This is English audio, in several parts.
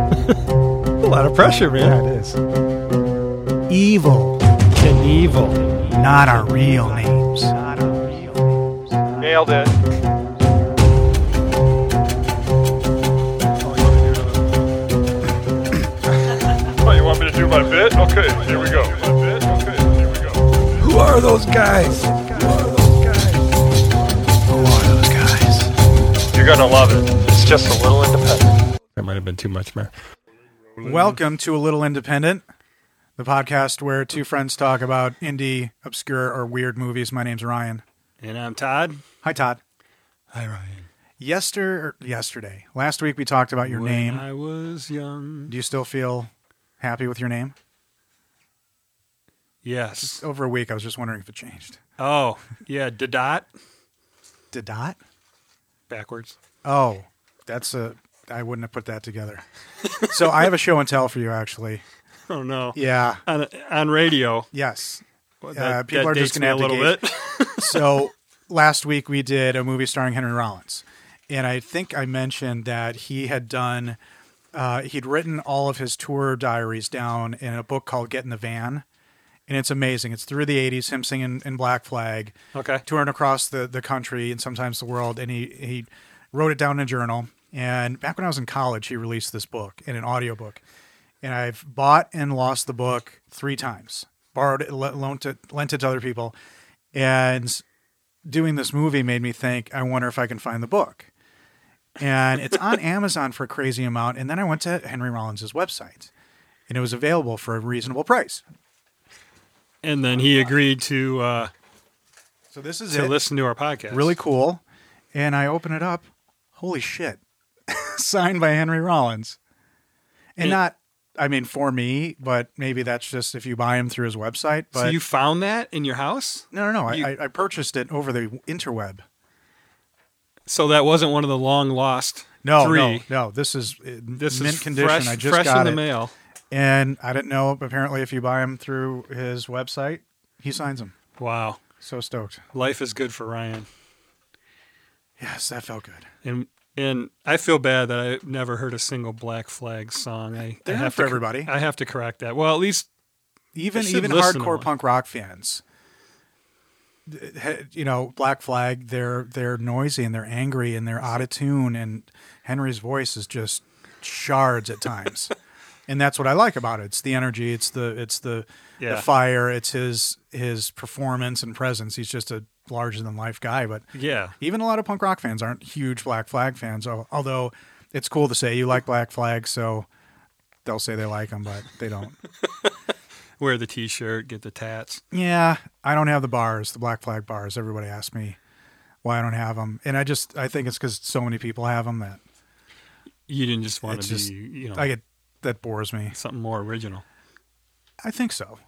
A lot of pressure, man. Yeah, it is. Evil, Knievel. not our real names. Nailed it. oh, you want me to do my bit? Okay, here we go. My bit? Okay, here we go. Who are those guys? Who are those guys? You're gonna love it. It's just a little independent. That might have been too much, man. Welcome to A Little Independent, the podcast where two friends talk about indie, obscure, or weird movies. My name's Ryan. And I'm Todd. Hi, Todd. Hi, Ryan. Yester, or yesterday, last week we talked about your When name. I was young. Do you still feel happy with your name? Yes. Over a week, I was just wondering if it changed. Oh, yeah. Didot Didot? backwards. Oh, that's a. I wouldn't have put that together. so I have a show and tell for you, actually. Oh no. Yeah. On on radio, Yes. Uh, that, people that are just dates gonna me have a to little bit. so last week we did a movie starring Henry Rollins, and I think I mentioned that he had done, uh, he'd written all of his tour diaries down in a book called Get in the Van, and it's amazing. It's through the '80s, him singing in Black Flag, okay. touring across the the country and sometimes the world, and he he wrote it down in a journal. And back when I was in college, he released this book in an audiobook. And I've bought and lost the book three times, borrowed it, le- loaned it, lent it to other people. And doing this movie made me think, I wonder if I can find the book. And it's on Amazon for a crazy amount. And then I went to Henry Rollins' website and it was available for a reasonable price. And then he agreed to uh, So this is to it. listen to our podcast. really cool. And I open it up. Holy shit. Signed by Henry Rollins. And It- not, I mean, for me, but maybe that's just if you buy him through his website. But so you found that in your house? no, no, no. you- I I, I purchased it over the interweb. So that wasn't one of the long lost No, three. no, no. This is uh, This mint is condition. fresh, I just fresh got in the it. mail. And I didn't know, but apparently, if you buy him through his website, he signs them. Wow. So stoked. Life is good for Ryan. Yes, that felt good. And and I feel bad that I never heard a single Black Flag song. I, I They're have for to cor- everybody. I have to correct that. Well, at least even I should even listen to hardcore one. punk rock fans th- he- you know black flag they're they're noisy and they're angry and they're out of tune and henry's voice is just shards at times and that's what i like about it it's the energy it's the it's the, Yeah. the fire it's his his performance and presence he's just a larger than life guy but yeah. even a lot of punk rock fans aren't huge black flag fans al- although it's cool to say you like black flag so they'll say they like them but they don't Wear the t-shirt, get the tats. Yeah, I don't have the bars, the black flag bars. Everybody asks me why I don't have them, and I just I think it's because so many people have them that You didn't just want It's to be, just- you know, I get that bores me. something more original. I think so.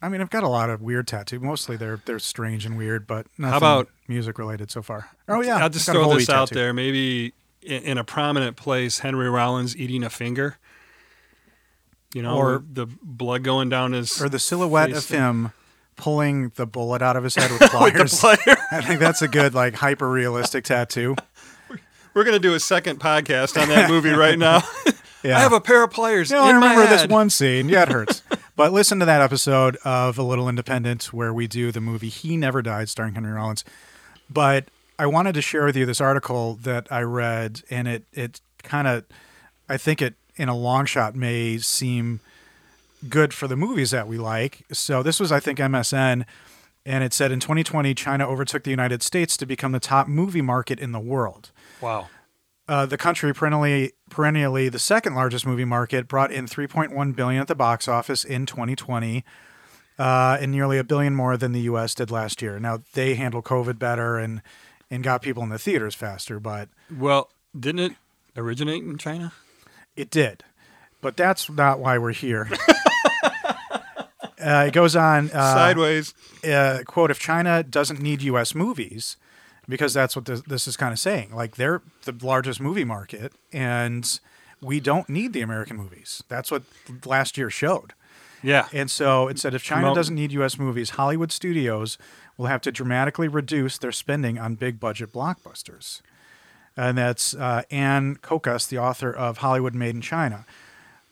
I mean, I've got a lot of weird tattoos. Mostly they're they're strange and weird, but nothing about- music related so far? Oh yeah, I'll just got a throw Bowie this out tattoo. there. Maybe in, in a prominent place, Henry Rollins eating a finger. You know, Or- or the blood going down his or the silhouette of Face. him pulling the bullet out of his head with pliers. with the player. I think that's a good like hyper realistic tattoo. We're gonna do a second podcast on that movie right now. Yeah. I have a pair of players. No, in I remember my this head. one scene. Yeah, it hurts. but listen to that episode of A Little Independent where we do the movie He Never Died starring Henry Rollins. But I wanted to share with you this article that I read and it it kind of I think it in a long shot may seem good for the movies that we like. So this was I think MSN and it said in 2020 China overtook the United States to become the top movie market in the world Wow. uh, the country perennially perennially the second largest movie market brought in 3.1 billion at the box office in 2020 uh, and nearly a billion more than the US did last year. Now they handled COVID better and and got people in the theaters faster, but Well, didn't it originate in China? it did. But that's not why we're here. uh, it goes on uh, Sideways. uh, quote if China doesn't need U.S. movies because that's what this, this is kind of saying. Like they're the largest movie market, and we don't need the American movies. That's what last year showed. Yeah. And so it said if China Promote- doesn't need U.S. movies, Hollywood studios will have to dramatically reduce their spending on big budget blockbusters. and that's uh, Anne Kokas, the author of Hollywood Made in China.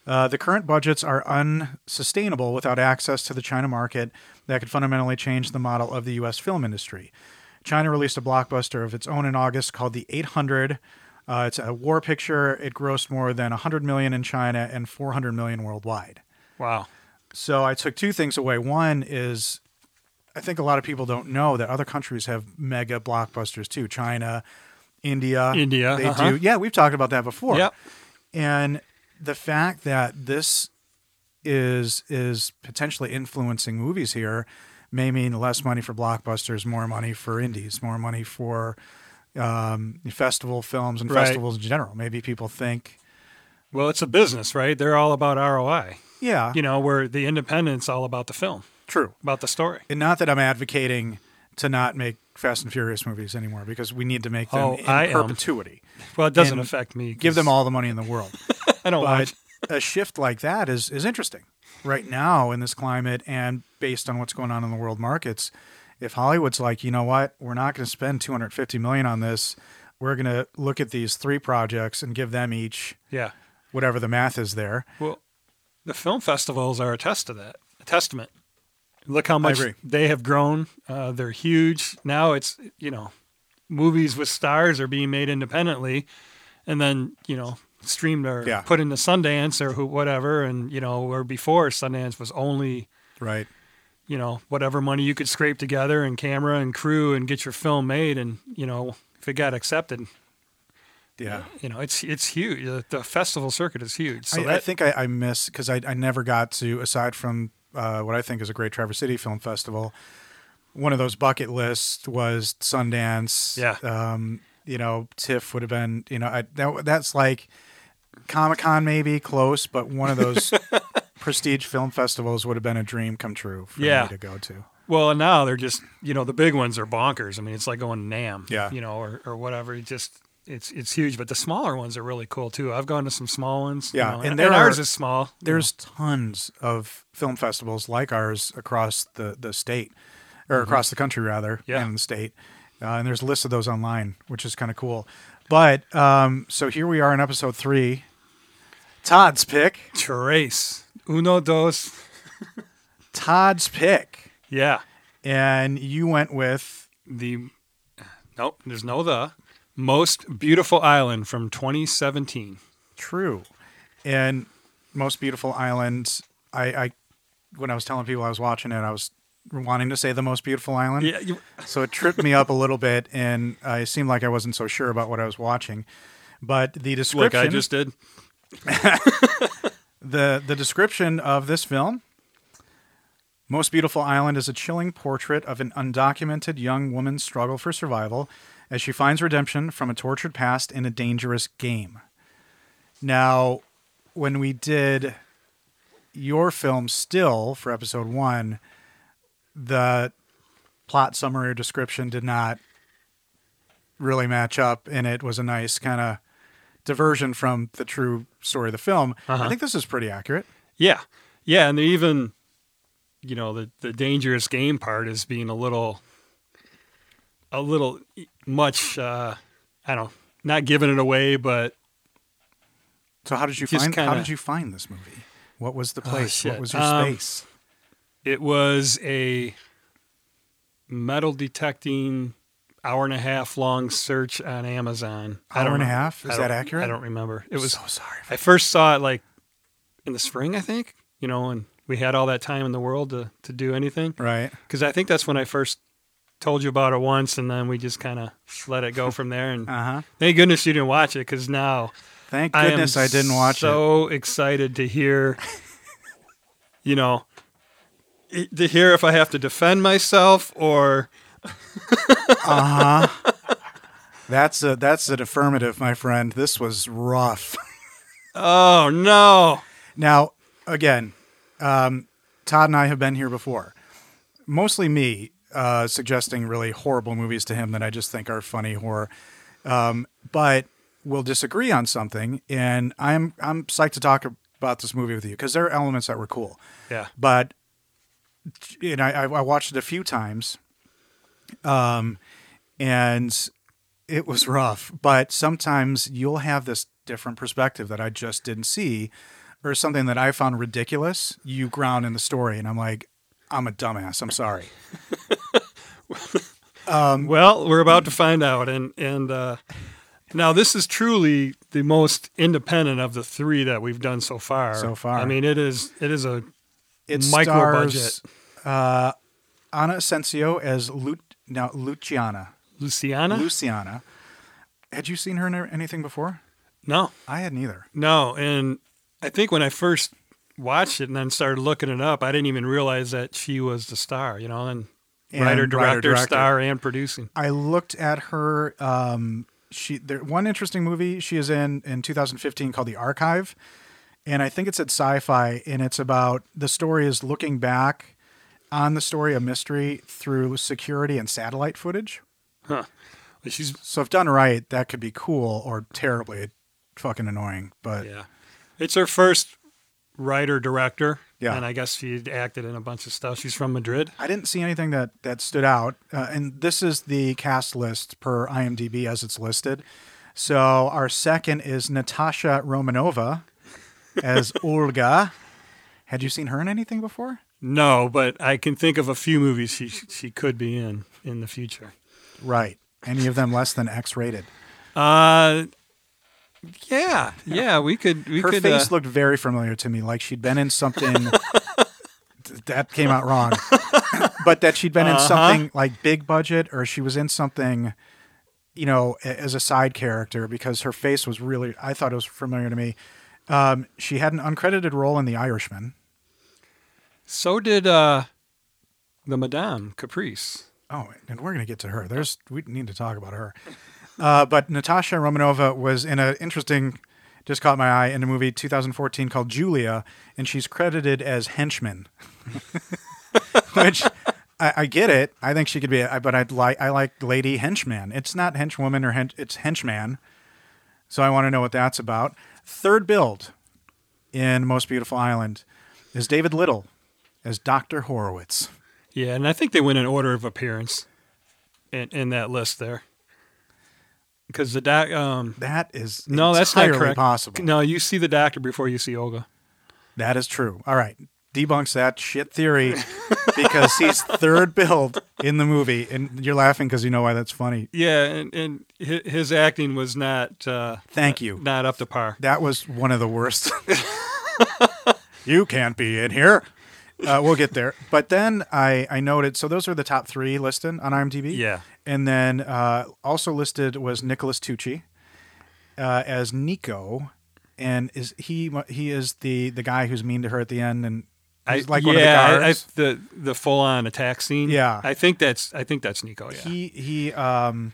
Uh, the current budgets are unsustainable without access to the China market that could fundamentally change the model of the U.S. film industry. China released a blockbuster of its own in August called The 800. Uh, it's a war picture. It grossed more than 100 million in China and 400 million worldwide. Wow. So I took two things away. One is I think a lot of people don't know that other countries have mega blockbusters too. China, India, India, they uh-huh. do. Yeah, we've talked about that before. Yep. And the fact that this is is potentially influencing movies here may mean less money for blockbusters, more money for indies, more money for um, festival films and Right. festivals in general. Maybe people think, Well, it's a business, right? They're all about ROI. yeah, You know, where the independent's all about the film, true. about the story. And not that I'm advocating to not make Fast and Furious movies anymore because we need to make them Oh, in I am. perpetuity. Well, it doesn't And affect me. 'cause Give them all the money in the world. I don't but watch. a shift like that is is interesting right now in this climate and based on what's going on in the world markets. If Hollywood's like, you know what, we're not going to spend 250 million on this. We're going to look at these three projects and give them each Yeah. whatever the math is there. Well, the film festivals are a test to that, a testament. Look how much agree. they have grown. Uh, they're huge. Now it's, you know, movies with stars are being made independently and then, you know, streamed or Yeah. put into Sundance or who, whatever. And, you know, where before Sundance was only, Right. you know, whatever money you could scrape together and camera and crew and get your film made. And, you know, if it got accepted, Yeah. you know, it's, it's huge. The, the festival circuit is huge. So I, that, I think I, I miss because I, I never got to aside from uh, what I think is a great Traverse City Film Festival. One of those bucket lists was Sundance. Yeah. Um, you know, TIFF would have been. You know, I, that, that's like Comic Con maybe close, but one of those prestige film festivals would have been a dream come true for Yeah. me to go to. Well, and now they're just you know the big ones are bonkers. I mean, it's like going to Nam, Yeah. you know, or or whatever. It just it's it's huge, but the smaller ones are really cool too. I've gone to some small ones, you Yeah, know, and and, there and ours are- is small. you know. There's tons of film festivals like ours across the, the state, or across the country rather, Yeah. and the state. Uh, and there's lists of those online, which is kind of cool. But um, so here we are in episode three. Todd's pick. Trace uno dos, Todd's pick. yeah. And you went with The nope, there's no the most beautiful island from 2017. True. And most beautiful island. I, I when I was telling people I was watching it, I was wanting to say the most beautiful island. Yeah, you, So it tripped me up a little bit, and I seemed like I wasn't so sure about what I was watching. But the like description, I just did. the the description of this film, most beautiful island, is a chilling portrait of an undocumented young woman's struggle for survival as she finds redemption from a tortured past in a dangerous game. Now, when we did your film still for episode one, the plot summary or description did not really match up, and it was a nice kind of diversion from the true story of the film. Uh-huh. I think this is pretty accurate. Yeah. Yeah, and they even you know, the the dangerous game part is being a little a little e, much uh I don't not giving it away, but So how did you Just find how kinda- Oh, did you find this movie? What was the place? what shit. was your Um, space? it was a metal detecting hour and a half long search on Amazon. I Hour don't and a know. half? Is I that don't- accurate? I don't remember. It was so sorry. I first saw it like in the spring, I think, you know, and we had all that time in the world to to do anything. Right. because I think that's when I first told you about it once, and then we just kind of let it go from there. And Uh-huh. thank goodness you didn't watch it, because now Thank goodness I, I, am didn't watch it. so excited to hear, you know, i- to hear if I have to defend myself or That's a that's an affirmative, my friend. This was rough. oh no, Now, again, um, Todd and I have been here before. Mostly me uh, suggesting really horrible movies to him that I just think are funny horror. Um, but we'll disagree on something, and I'm I'm psyched to talk about this movie with you because there are elements that were cool. yeah, But and I I I watched it a few times, um, and it was rough, but sometimes you'll have this different perspective that I just didn't see, or something that I found ridiculous. You ground in the story, and I'm like, I'm a dumbass. I'm sorry. Um, Well, we're about to find out, and and uh, now this is truly the most independent of the three that we've done so far. So far. I mean, it is it is a It Micro stars, uh, Anna Asensio as Lu- now Luciana. Luciana. Luciana. Had you seen her in anything before? no, I hadn't either. no, and I think when I first watched it and then started looking it up, I didn't even realize that she was the star. You know, and, And writer, director, writer-director. star, and producing. I looked at her. Um, she there one interesting movie she is in in 2015 called The Archive, and I think it's at Sci-Fi, and it's about the story is looking back on the story of mystery through security and satellite footage. She's So if done right, that could be cool or terribly fucking annoying. But yeah, it's her first writer director. Yeah. and I guess she acted in a bunch of stuff. She's from Madrid. I didn't see anything that that stood out. Uh, and this is the cast list per IMDb as it's listed. So our second is Natasha Romanova as Olga. Had you seen her in anything before? No, but I can think of a few movies she she could be in in the future. Right. Any of them less than X rated? Uh, yeah, yeah, we could we Her could. face uh, looked very familiar to me, like she'd been in something. Th- that came out wrong, but that she'd been in Uh-huh. something like big budget, or she was in something, you know, a- as a side character because her face was really. I thought it was familiar to me. Um, she had an uncredited role in The Irishman. so did uh, the Madame Caprice. Oh, and we're going to get to her. There's we need to talk about her. Uh, but Natasha Romanova was in an interesting, just caught my eye in a movie 2014 called Julia, and she's credited as henchman, which I, I get it. I think she could be, a, but I'd like I like lady henchman. It's not henchwoman or hen, it's henchman. So I want to know what that's about. Third build in Most Beautiful Island is David Little as Doctor Horowitz. Yeah, and I think they went in order of appearance in in that list there. Because the doc, um, That is no, that's not entirely correct. possible. No, you see the doctor before you see Olga. That is true. All right. Debunks that shit theory because he's third build in the movie. And you're laughing because you know why that's funny. Yeah, and and hi- his acting was not uh, Thank you. not up to par. That was one of the worst. you can't be in here. Uh, we'll get there. But then I, I noted so those are the top three listed on IMDb. Yeah. And then uh, also listed was Nicholas Tucci uh, as Nico. And is he he is the the guy who's mean to her at the end and he's like yeah, one of the I- guards. I, the the full on attack scene. Yeah. I think that's I think that's Nico. Yeah, he he um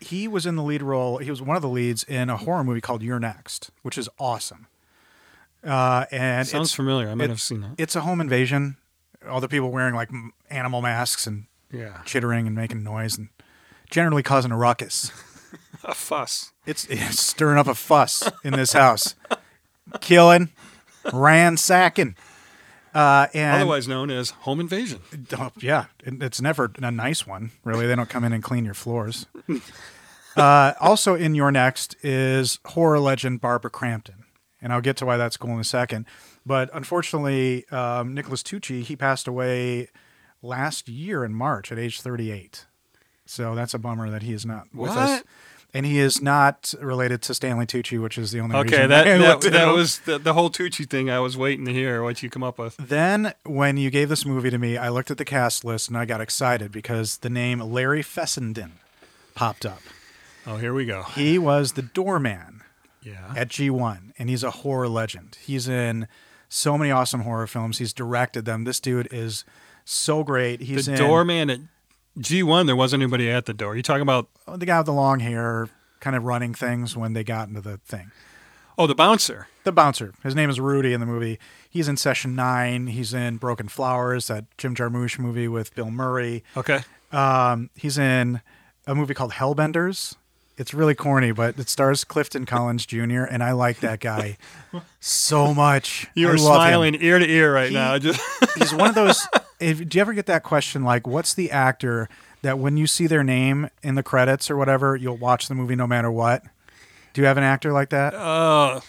he was in the lead role he was one of the leads in a horror movie called you're next which is awesome uh and sounds it's familiar. I might it- have seen that. it's a home invasion all the people wearing like m- animal masks and Yeah, chittering and making noise and generally causing a ruckus a fuss. it's, it's stirring up a fuss in this house killing ransacking uh and Otherwise known as home invasion. Oh, yeah, it- it's never a nice one. Really, they don't come in and clean your floors. uh, also, in your next is horror legend Barbara Crampton, and I'll get to why that's cool in a second. But unfortunately, um, Nicholas Tucci he passed away last year in March at age 38. So that's a bummer that he is not with us. What? And he is not related to Stanley Tucci, which is the only Okay, reason that I that, looked it that up. was the, the whole Tucci thing. I was waiting to hear what you come up with. Then, when you gave this movie to me, I looked at the cast list and I got excited because the name Larry Fessenden popped up. Oh, here we go. He was the doorman Yeah, at G1, and he's a horror legend. He's in so many awesome horror films, he's directed them. This dude is so great. He's the in doorman at G one. There wasn't anybody at the door. You talking about? Oh, the guy with the long hair, kind of running things when they got into the thing. Oh, the bouncer. The bouncer. His name is Rudy in the movie. He's in Session 9. He's in Broken Flowers, that Jim Jarmusch movie with Bill Murray. Okay. Um, he's in a movie called Hellbenders. It's really corny, but it stars Clifton Collins Jr. and I like that guy so much. You I are love him. smiling ear to ear right He- now. Just He's one of those. If, do you ever get that question like, "What's the actor that when you see their name in the credits or whatever, you'll watch the movie no matter what? Do you have an actor like that? Uh,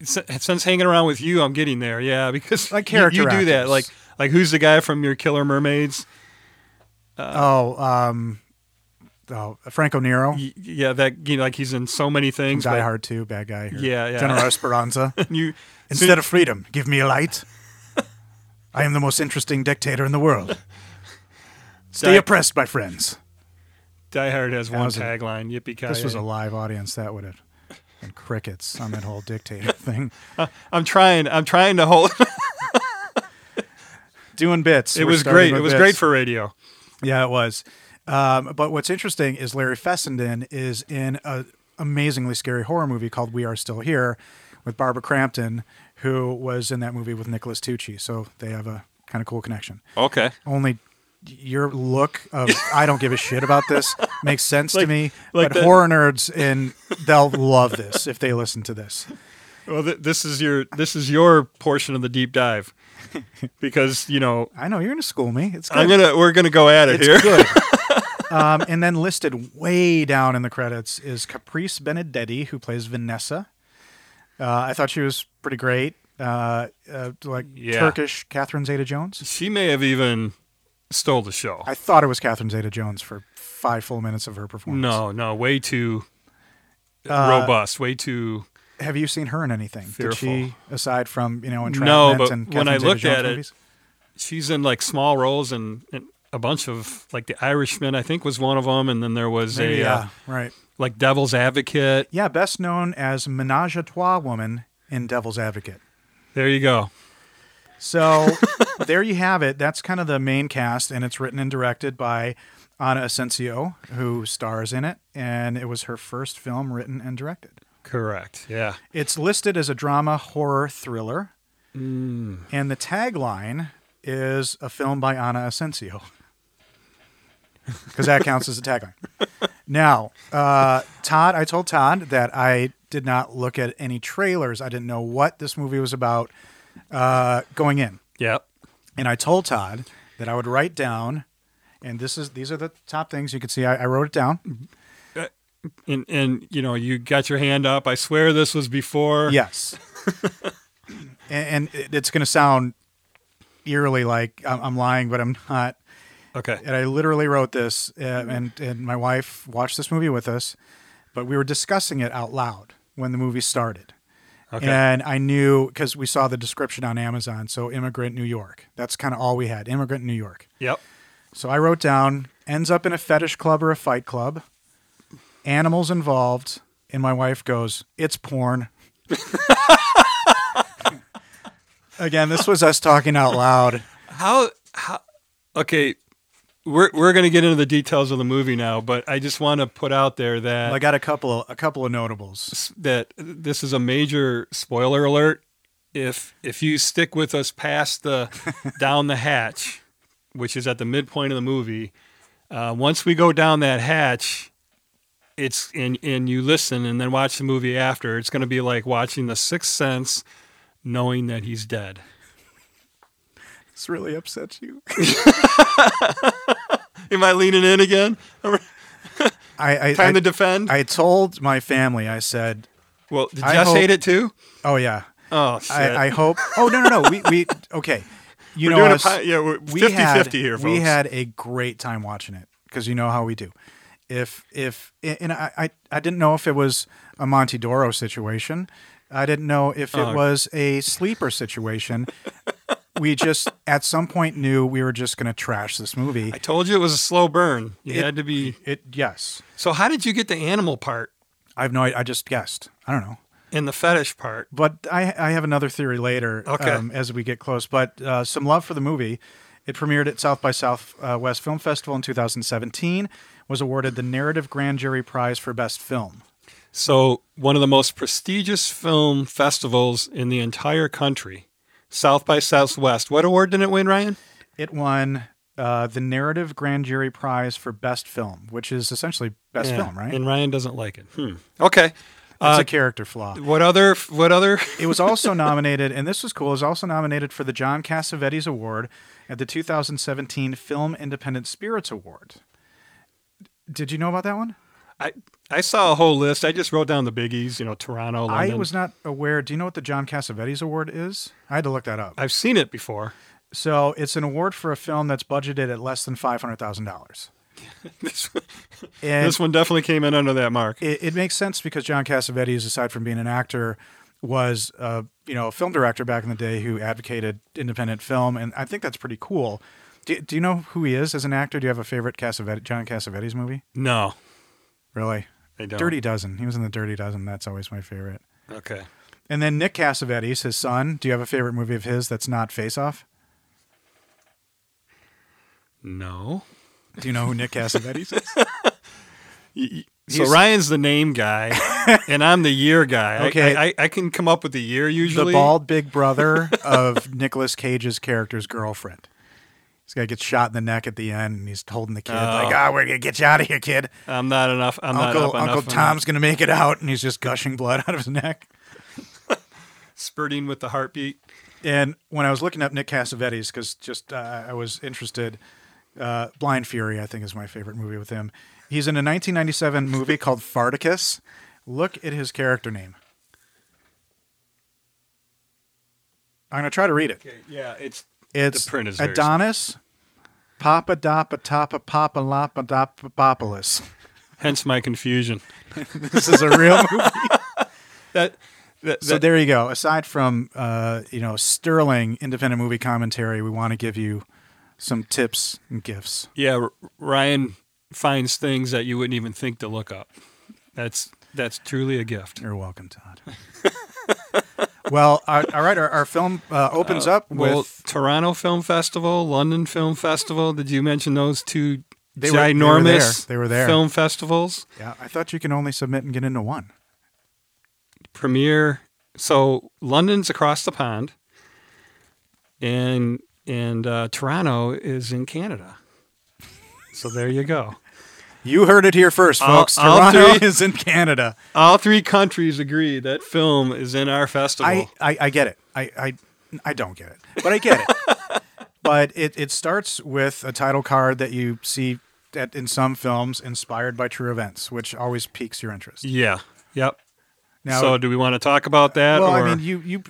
s- since hanging around with you, I'm getting there. Yeah, because Like you- you, character do that. actors. Like, like who's the guy from your Killer Mermaids? oh, um, oh, Franco Nero, from Y- Yeah, that you know, like he's in so many things. Die but Hard Two, bad guy. Here. Yeah, yeah. General Esperanza. You Instead of freedom, give me a light. I am the most interesting dictator in the world. Stay Die- oppressed, my friends. Die Hard has one was a- tagline. Yippee ki This was a live audience. That would have been crickets on that whole dictator thing. I'm trying. I'm trying to hold. Doing bits. it We're was starting great. with It was bits. great for radio. Yeah, it was. Um, but what's interesting is Larry Fessenden is in an amazingly scary horror movie called We Are Still Here with Barbara Crampton, who was in that movie with Nicholas Tucci. So they have a kind of cool connection. Okay. Only your look of I don't give a shit about this makes sense to Like- me. like but the- horror nerds and they'll love this if they listen to this. Well, th- this is your this is your portion of the deep dive, because you know I know you're gonna school me. It's good. I'm gonna we're gonna go at it It's here. good. um, and then listed way down in the credits is Caprice Benedetti, who plays Vanessa. Uh, I thought she was pretty great. Uh, uh, like Yeah. Turkish Catherine Zeta Jones. She may have even stole the show. I thought it was Catherine Zeta Jones for five full minutes of her performance. No, no, way too Uh, robust, way too. Have you seen her in anything? Did she, aside from, you know, No, Entrapment but and when Catherine I Zeta looked Jones at it, movies? She's in like small roles and, and a bunch of like The Irishman, I think, was one of them, and then there was Maybe, a yeah, uh, right. like Devil's Advocate. Yeah, best known as Menage a Trois Woman in Devil's Advocate. There you go. So there you have it. That's kind of the main cast, and it's written and directed by Ana Asensio, who stars in it, and it was her first film written and directed. Correct. Yeah. It's listed as a drama horror thriller, and the tagline is a film by Ana Asensio. Because that counts as a tagline. Now, uh, Todd, I told Todd that I did not look at any trailers. I didn't know what this movie was about uh, going in Yep. and I told Todd that I would write down, and this is these are the top things you can see. I, I wrote it down. Uh, And and you know you got your hand up. I swear this was before. Yes, and, and it- it's going to sound eerily like I'm, I'm lying, but I'm not. Okay. And I literally wrote this, uh, and and my wife watched this movie with us, but we were discussing it out loud when the movie started. Okay. And I knew because we saw the description on Amazon. So, immigrant New York. That's kind of all we had. Immigrant New York. Yep. So I wrote down ends up in a fetish club or a fight club, animals involved, and my wife goes, "It's porn." Again, this was us talking out loud. How how okay. We're, we're going to get into the details of the movie now, but I just want to put out there that I got a couple of a couple of notables. s- that this is a major spoiler alert. If if you stick with us past the down the hatch, which is at the midpoint of the movie, uh, once we go down that hatch, it's and and you listen and then watch the movie after. It's going to be like watching The Sixth Sense, knowing that he's dead. It's really upset you. Am I leaning in again? I I, Time to I, defend. I told my family. I said, well, did I Jess hope- hate it too? "Oh yeah, Oh shit! I, I hope." Oh no no no. We we okay. You we're know doing us. a pi- yeah, we're 50 we had 50 here, folks. we had a great time watching it because you know how we do. If if and I, I I didn't know if it was a Monte Doro situation. I didn't know if it Oh. was a sleeper situation. we just at some point knew we were just going to trash this movie. I told you it was a slow burn. You It- had to be. It yes, So how did you get the animal part I've no. I just guessed. I don't know. and the fetish part? But I, I have another theory later um, Okay. as we get close. But uh, some love for the movie. It premiered at South by Southwest Film Festival in 2017, was awarded the Narrative Grand Jury Prize for Best Film. So one of the most prestigious film festivals in the entire country, South by Southwest. What award did it win, Ryan? It won uh, the Narrative Grand Jury Prize for Best Film, which is essentially Best Film, right? And Ryan doesn't like it. Hmm. Okay. Uh, It's a character flaw. What other? What other? It was also nominated, and this was cool. It was also nominated for the John Cassavetes Award at the 2017 Film Independent Spirits Award. Did you know about that one? I I saw a whole list. I just wrote down the biggies. You know, Toronto. London. I was not aware. Do you know what the John Cassavetes Award is? I had to look that up. I've seen it before. So it's an award for a film that's budgeted at less than five hundred thousand dollars. this, And this one definitely came in under that mark. it, it makes sense because John Cassavetes, aside from being an actor, was uh, you know a film director back in the day who advocated independent film, and I think that's pretty cool. Do, do you know who he is as an actor? Do you have a favorite Cassavet- John Cassavetes movie? No, Really, they don't. Dirty Dozen. He was in the Dirty Dozen. That's always my favorite. Okay. And then Nick Cassavetes, his son. Do you have a favorite movie of his that's not Face Off? No. Do you know who Nick Cassavetes is? So He's- Ryan's the name guy, and I'm the year guy. I- Okay. I, I, I can come up with the year usually. the bald big brother of Nicolas Cage's character's girlfriend. This guy gets shot in the neck at the end, and he's holding the kid like, "Ah, we're gonna get you out of here, kid. I'm not enough. I'm not up Uncle enough Uncle on Tom's gonna make it out," and he's just gushing blood out of his neck. spurting with the heartbeat. And when I was looking up Nick Cassavetes, because just uh, I was interested, uh, Blind Fury, I think, is my favorite movie with him. He's in a 1997 movie called Farticus. Look at his character name. I'm gonna try to read it. Yeah, it's It's The print is very Adonis, Papa Dapa Tapa Papa Lapa Dapapopoulos. hence my confusion. This is a real movie. That, that, so that- there you go. Aside from uh, you know sterling independent movie commentary, we want to give you some tips and gifts. yeah, R- Ryan finds things that you wouldn't even think to look up. That's that's truly a gift. You're welcome, Todd. well, uh, all right. Our, our film uh, opens up with well, Toronto Film Festival, London Film Festival. Did you mention those two They were- they were there. ginormous They were there. film festivals? yeah. I thought you can only submit and get into one. premiere. So London's across the pond, and and uh, Toronto is in Canada. So there you go. You heard it here first, All- folks. all Toronto three- is in Canada. All three countries agree that film is in our festival. I, I, I get it. I, I I don't get it, but I get it. but it, it starts with a title card that you see that in some films inspired by true events, which always piques your interest. yeah. Yep. Now, so do we want to talk about that? well, I or- mean, you you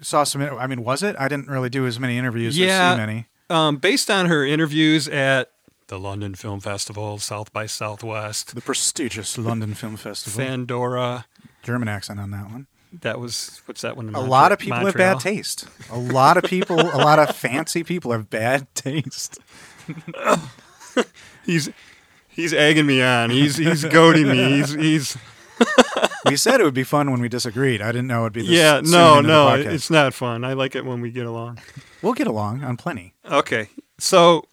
saw some. I mean, was it? I didn't really do as many interviews. Yeah. or see many. um, based on her interviews at the London Film Festival, South by Southwest, The prestigious London Film Festival. Fandora. German accent on that one. That was what's that one? In A Montre- lot of people Montreal? have bad taste. A lot of people, a lot of fancy people have bad taste. He's he's egging me on. He's he's goading me. He's he's We said it would be fun when we disagreed. I didn't know it'd be this yeah. soon No, into the no, podcast. it's not fun. I like it when we get along. We'll get along on plenty. Okay, so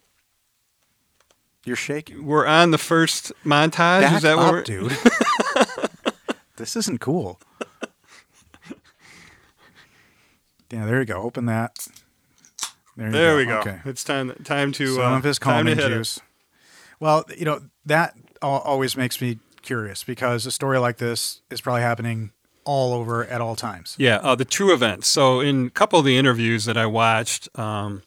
You're shaking. we're on the first montage. Back Is that what up, we're? dude. this isn't cool. Yeah, there you go. Open that. you There we go. Okay. It's time time to Some uh, of his time to calming hit it. juice. Well, you know that al- always makes me curious because a story like this is probably happening all over at all times. Yeah, uh, the true events. So, in a couple of the interviews that I watched, um,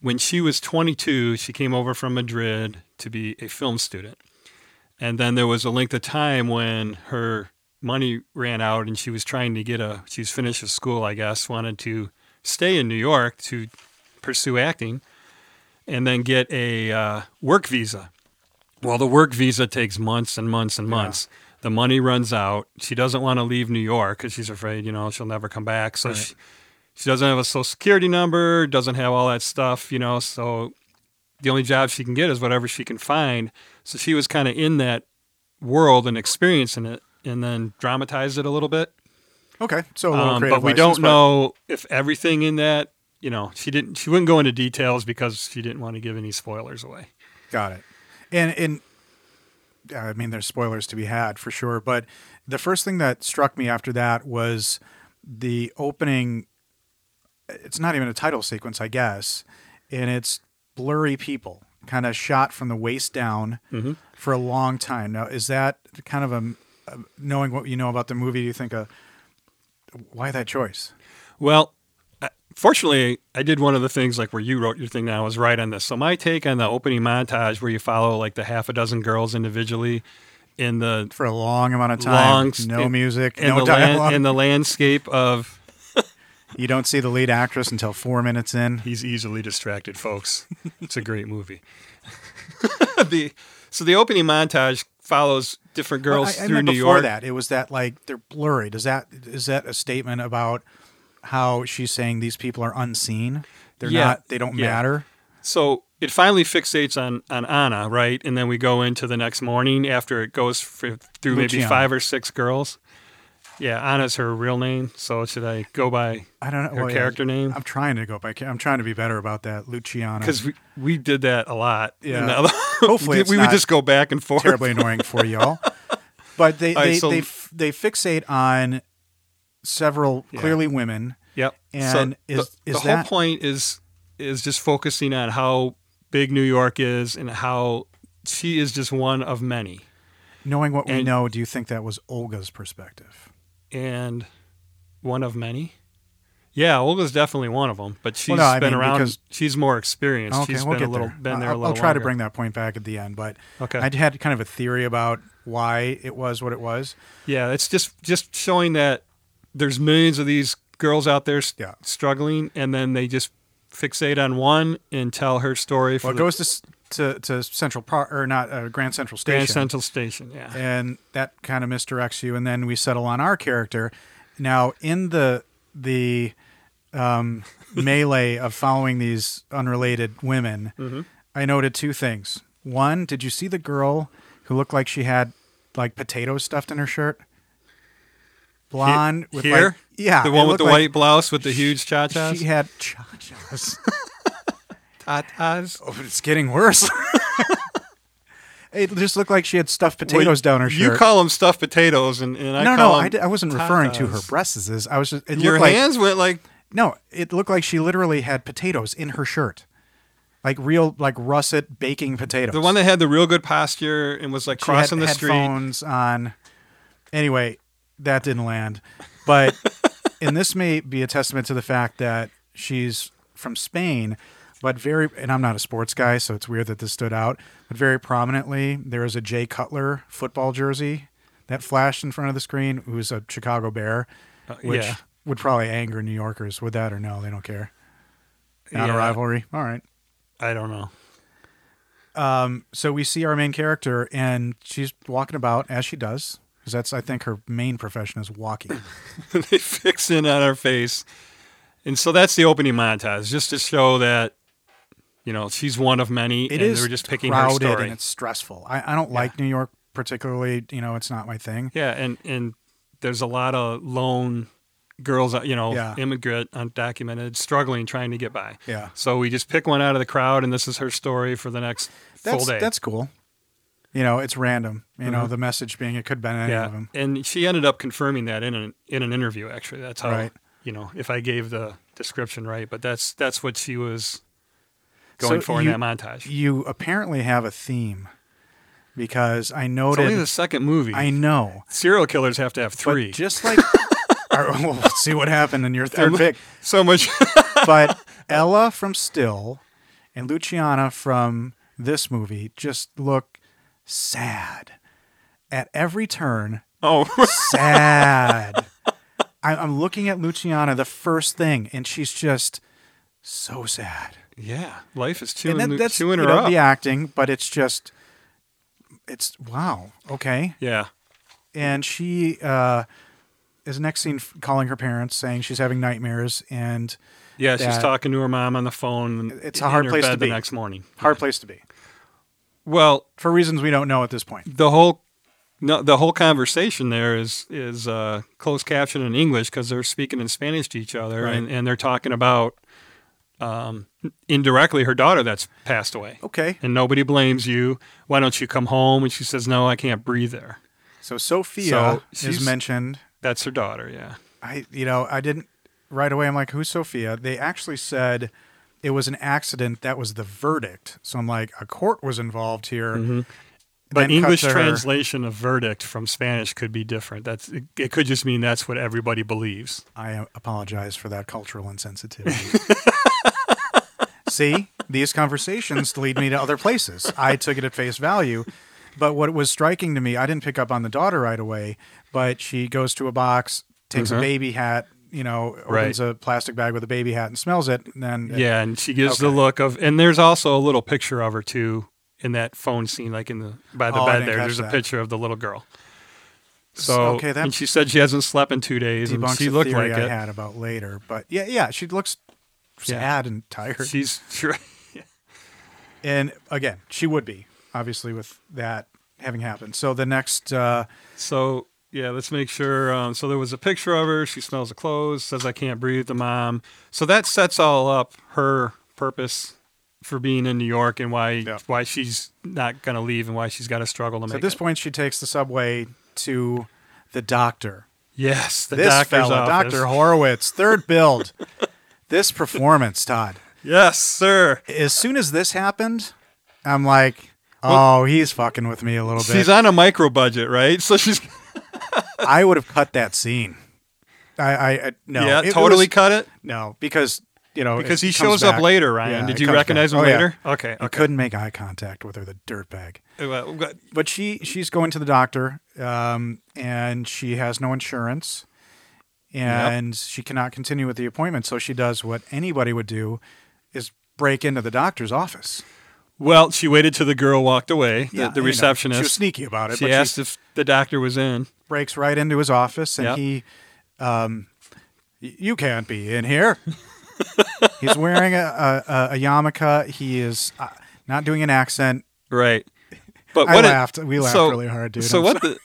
when she was 22, she came over from Madrid to be a film student. And then there was a length of time when her money ran out and she was trying to get a, she's finished with school, I guess, wanted to stay in New York to pursue acting and then get a uh, work visa. Well, the work visa takes months and months and months. The money runs out. She doesn't want to leave New York because she's afraid, you know, she'll never come back. So she, she doesn't have a social security number, doesn't have all that stuff, you know. So the only job she can get is whatever she can find. So she was kind of in that world and experiencing it and then dramatized it a little bit. Okay, so a little Um, creative but we license, don't know if everything in that, you know, she didn't, she wouldn't go into details because she didn't want to give any spoilers away. Got it. And and yeah, I mean, there's spoilers to be had for sure. But the first thing that struck me after that was the opening. It's not even a title sequence, I guess, and it's blurry people, Mm-hmm. kind of shot from the waist down for a long time. Now, is that kind of a knowing what you know about the movie, do you think, uh, why that choice? Well, uh, fortunately, I did one of the things like where you wrote your thing. Now I was right on this. So my take on the opening montage, where you follow like the half a dozen girls individually in the For a long amount of time, Long- no in- music, in the no land- dialogue. in the landscape of you don't see the lead actress until four minutes in. He's easily distracted, folks. It's a great movie. the so the opening montage follows different Well, girls I, I through meant New before York. that, it was that like they're blurry. Does that is that a statement about how she's saying these people are unseen? They're Yeah. not. They don't Yeah. matter. So it finally fixates on on Anna, right? And then we go into the next morning after it goes for, through maybe Luciana. five or six girls. Yeah, Anna's her real name. So should I go by I don't know her well, yeah, character name? I'm trying to go by. ca- I'm trying to be better about that, Luciana. Because we, we did that a lot. in Uh-huh. Yeah. the other- Hopefully we, it's we would not just go back and forth. terribly annoying for y'all. But they All right, they, so- they f- they fixate on several Yeah. clearly women. Yep. And the- is- the, is whole that- point is is just focusing on how big New York is and how she is just one of many. Knowing what we And- know, do you think that was Olga's perspective? And one of many. Yeah, Olga's definitely one of them, but she's no, I been mean, around. because- she's more experienced. okay, she's we'll been get a little there. been there I'll, a little I'll try to longer. bring that point back at the end, but Okay. I had kind of a theory about why it was what it was. Yeah, it's just just showing that there's millions of these girls out there s- Yeah. struggling, and then they just fixate on one and tell her story for Well, it the goes to s- to, to Central Park or not uh, Grand Central Station. Grand Central Station. Yeah. and that kind of misdirects you and then we settle on our character now in the the um, melee of following these unrelated women Mm-hmm. i noted two things one did you see the girl who looked like she had like potatoes stuffed in her shirt blonde with Here, like yeah the it one with looked the like white blouse with the huge cha she had cha-chas chas. oh, but it's getting worse it just looked like she had stuffed potatoes down her shirt You call them stuffed potatoes, and, and I no, call no, 'em I, di- I wasn't referring to her tatas. breasts. Is I was just it Your looked like hands went like no, it looked like she literally had potatoes in her shirt, like real like russet baking potatoes. the one that had the real good posture and was like She crossing had the street. headphones on. Anyway, that didn't land, but and this may be a testament to the fact that she's from Spain, but very and I'm not a sports guy, so it's weird that this stood out. But very prominently, there is a Jay Cutler football jersey that flashed in front of the screen, who is a Chicago Bear, which Uh, yeah. would probably anger New Yorkers. Would that or no? They don't care. Not Yeah. a rivalry. All right. I don't know. so we see our main character and she's walking about as she does because that's i think her main profession is walking they fix in on our face, and so that's the opening montage, just to show that you know she's one of many, It is and we're just picking her crowded story. and it's stressful i, I don't like new york particularly you know it's not my thing Yeah, and and there's a lot of lone girls, uh, you know, Yeah. immigrant, undocumented, struggling, trying to get by. Yeah. So we just pick one out of the crowd, and this is her story for the next that's full day. Mm-hmm. that's cool you know it's random you know the message being it could have been any of yeah, them and she ended up confirming that in an in an interview. Actually, that's how Right. you know if I gave the description right, but that's that's what she was going So for you- in that montage. you apparently have a theme because i it's only noted the second movie. i know Serial killers have to have three. but just like All right, we'll see what happened in your third pick so much. but Ella from Still and Luciana from this movie just look sad at every turn. oh, Sad. I, I'm looking at Luciana, the first thing, and she's just so sad. yeah. Life is chewing, And that, that's chewing her you know, up. the acting, but it's just, it's wow, okay. yeah. And she uh, is next scene f- calling her parents, saying she's having nightmares and Yeah, she's that- talking to her mom on the phone. It's a in hard her place bed to the be. next morning. hard place to be Well, for reasons we don't know at this point. the whole no, the whole conversation there is is uh, closed caption in English because they're speaking in Spanish to each other, Right. and, and they're talking about um, indirectly her daughter that's passed away, Okay. and nobody blames you. Why don't you come home? And she says, "No, I can't breathe there." So Sophia So she's- is mentioned. That's her daughter. Yeah, I you know, I didn't right away I'm like, who's Sophia? They actually said Mm-hmm. it was an accident that was the verdict. So I'm like, a court was involved here. But then cut English to her- translation of verdict from Spanish could be different. That's it, it could just mean that's what everybody believes. I apologize for that cultural insensitivity. See, these conversations lead me to other places. I took it at face value. But what was striking to me, I didn't pick up on the daughter right away, but she goes to a box, takes a Mhm. baby hat, you know, opens a plastic bag with a baby hat and smells it. And then Yeah, and she gives the Okay. look of and there's also a little picture of her too in that phone scene like in the by the Oh, bed I didn't there. catch There's a that. picture of the little girl. So okay, that- and she said she hasn't slept in 2 days and debunks she the looked theory like I it. had about later. But yeah, yeah, she looks Yeah. sad and tired. She's sure. and again, she would be, obviously, with that having happened. So the next uh, So yeah, let's make sure. Um, so there was a picture of her. She smells the clothes. Says I can't breathe. The mom. So that sets all up her purpose for being in New York and why Yeah. why she's not gonna leave and why she's got to struggle to So make at this it. point, she takes the subway to the doctor. Yes, the this doctor's fella, office. Doctor Horowitz, third build. this performance, Todd. Yes, sir. As soon as this happened, I'm like, oh, he's fucking with me a little She's bit. on a micro budget, right? So she's I would have cut that scene. I, I, I no, yeah, it- it totally was- cut it No, because you know, because it he comes shows up back. later. Ryan, Yeah, did it you comes recognize back. him Oh, yeah. later? Okay, I okay. couldn't make eye contact with her, the dirtbag. Well, good. but she she's going to the doctor um, and she has no insurance and she cannot continue with the appointment so she does what anybody would do is break into the doctor's office Well, she waited till the girl walked away. The, you the know, receptionist. she was sneaky about it She but asked she if the doctor was in. breaks right into his office and Yep. he um, y- you can't be in here he's wearing a, a, a yarmulke he is uh, not doing an accent Right. But I what it- laughed. We laughed really hard, dude. So I'm what the?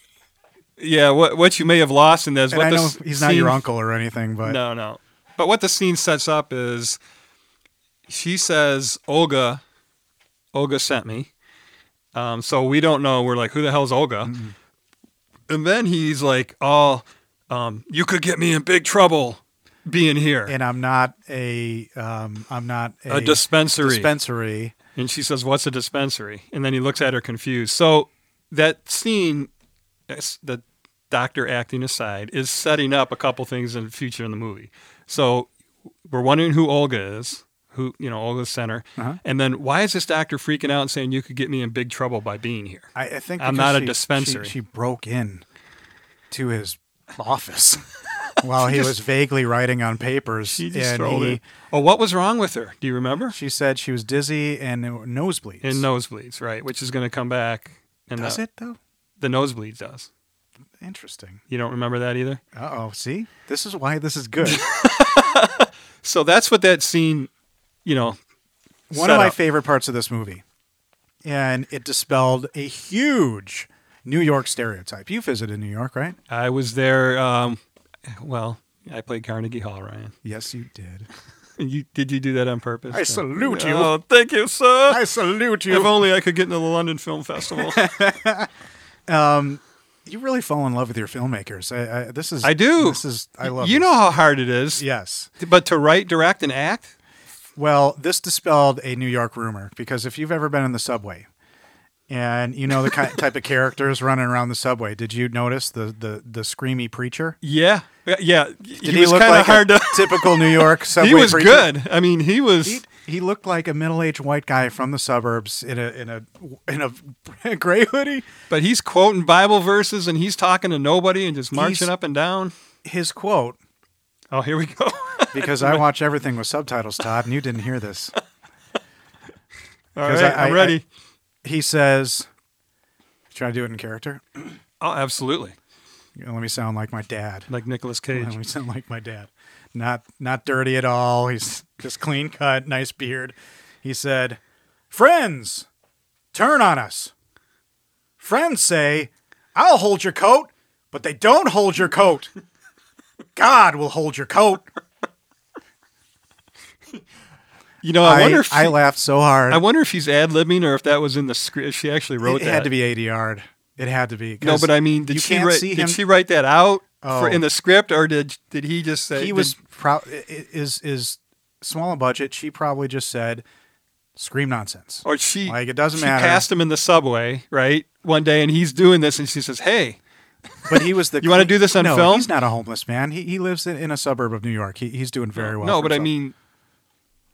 Yeah, what what you may have lost in this? and what i the know s- he's not your scene- uncle or anything but No, no. But what the scene sets up is, she says Olga, Olga sent me. Um, so we don't know. We're like, who the hell's Olga? And then he's like, oh, um, you could get me in big trouble being here. and I'm not a um, I'm not a, a dispensary. dispensary. And she says, "What's a dispensary?" And then he looks at her confused. So that scene, that's- the doctor acting aside, is setting up a couple things in the future in the movie. So we're wondering who Olga is, who you know Olga's center, Uh-huh. and then why is this doctor freaking out and saying you could get me in big trouble by being here? I, I think I'm because not a she- dispensary. She, she broke in to his office while he was vaguely writing on papers, She just and strolled he- in. Oh, what was wrong with her? Do you remember? she said she was dizzy and nosebleeds. In nosebleeds, right? Which is going to come back. And Does the, it though? The nosebleed does. Interesting. You don't remember that either. Uh oh. See, this is why this is good. So that's what that scene, you know, set One of my up. favorite parts of this movie, and it dispelled a huge New York stereotype. You visited New York, right? I was there. Um, well, I played Carnegie Hall, Ryan. Yes, you did. You, did you do that on purpose? I salute you. Oh, thank you, sir. I salute you. if only I could get into the London Film Festival. you really fall in love with your filmmakers. I, I, this is I do. This is I love. you this. know how hard it is, Yes. but to write, direct, and act. Well, this dispelled a New York rumor because if you've ever been in the subway, and you know the kind, type of characters running around the subway, did you notice the the the screamy preacher? Yeah, yeah. yeah. Did he was look kind of like a hard to. typical New York subway? He was preacher? good. I mean, he was. He, he looked like a middle-aged white guy from the suburbs in a in a in a gray hoodie. but he's quoting Bible verses and he's talking to nobody and just marching He's- up and down. His quote, Oh, here we go. because I watch everything with subtitles, Todd, and you didn't hear this. All 'Cause right, I- I, am I- ready. He says, "Should I do it in character?" oh, absolutely. You know, let me sound like my dad. Like Nicolas Cage. Let me sound like my dad. Not not dirty at all. He's just clean cut, nice beard. He said, "Friends, turn on us. Friends say, "I'll hold your coat," but they don't hold your coat. God will hold your coat. You know, I, wonder if I laughed so hard. I wonder if he's ad libbing or if that was in the script. If she actually wrote it that. had to be ADR'd. It had to be. No, 'cause but I mean, did you she can't write? see Did him. she write that out Oh. for, in the script, or did did he just say he did- was proud. Is is small a budget? She probably just said, Scream nonsense. Or she Like, it doesn't she matter. passed him in the subway, right? One day and he's doing this and she says, Hey, But he was the. You wanna do this on no, film? He's not a homeless man. He, he lives in, in a suburb of New York. He, he's doing very well. no, for but I himself. mean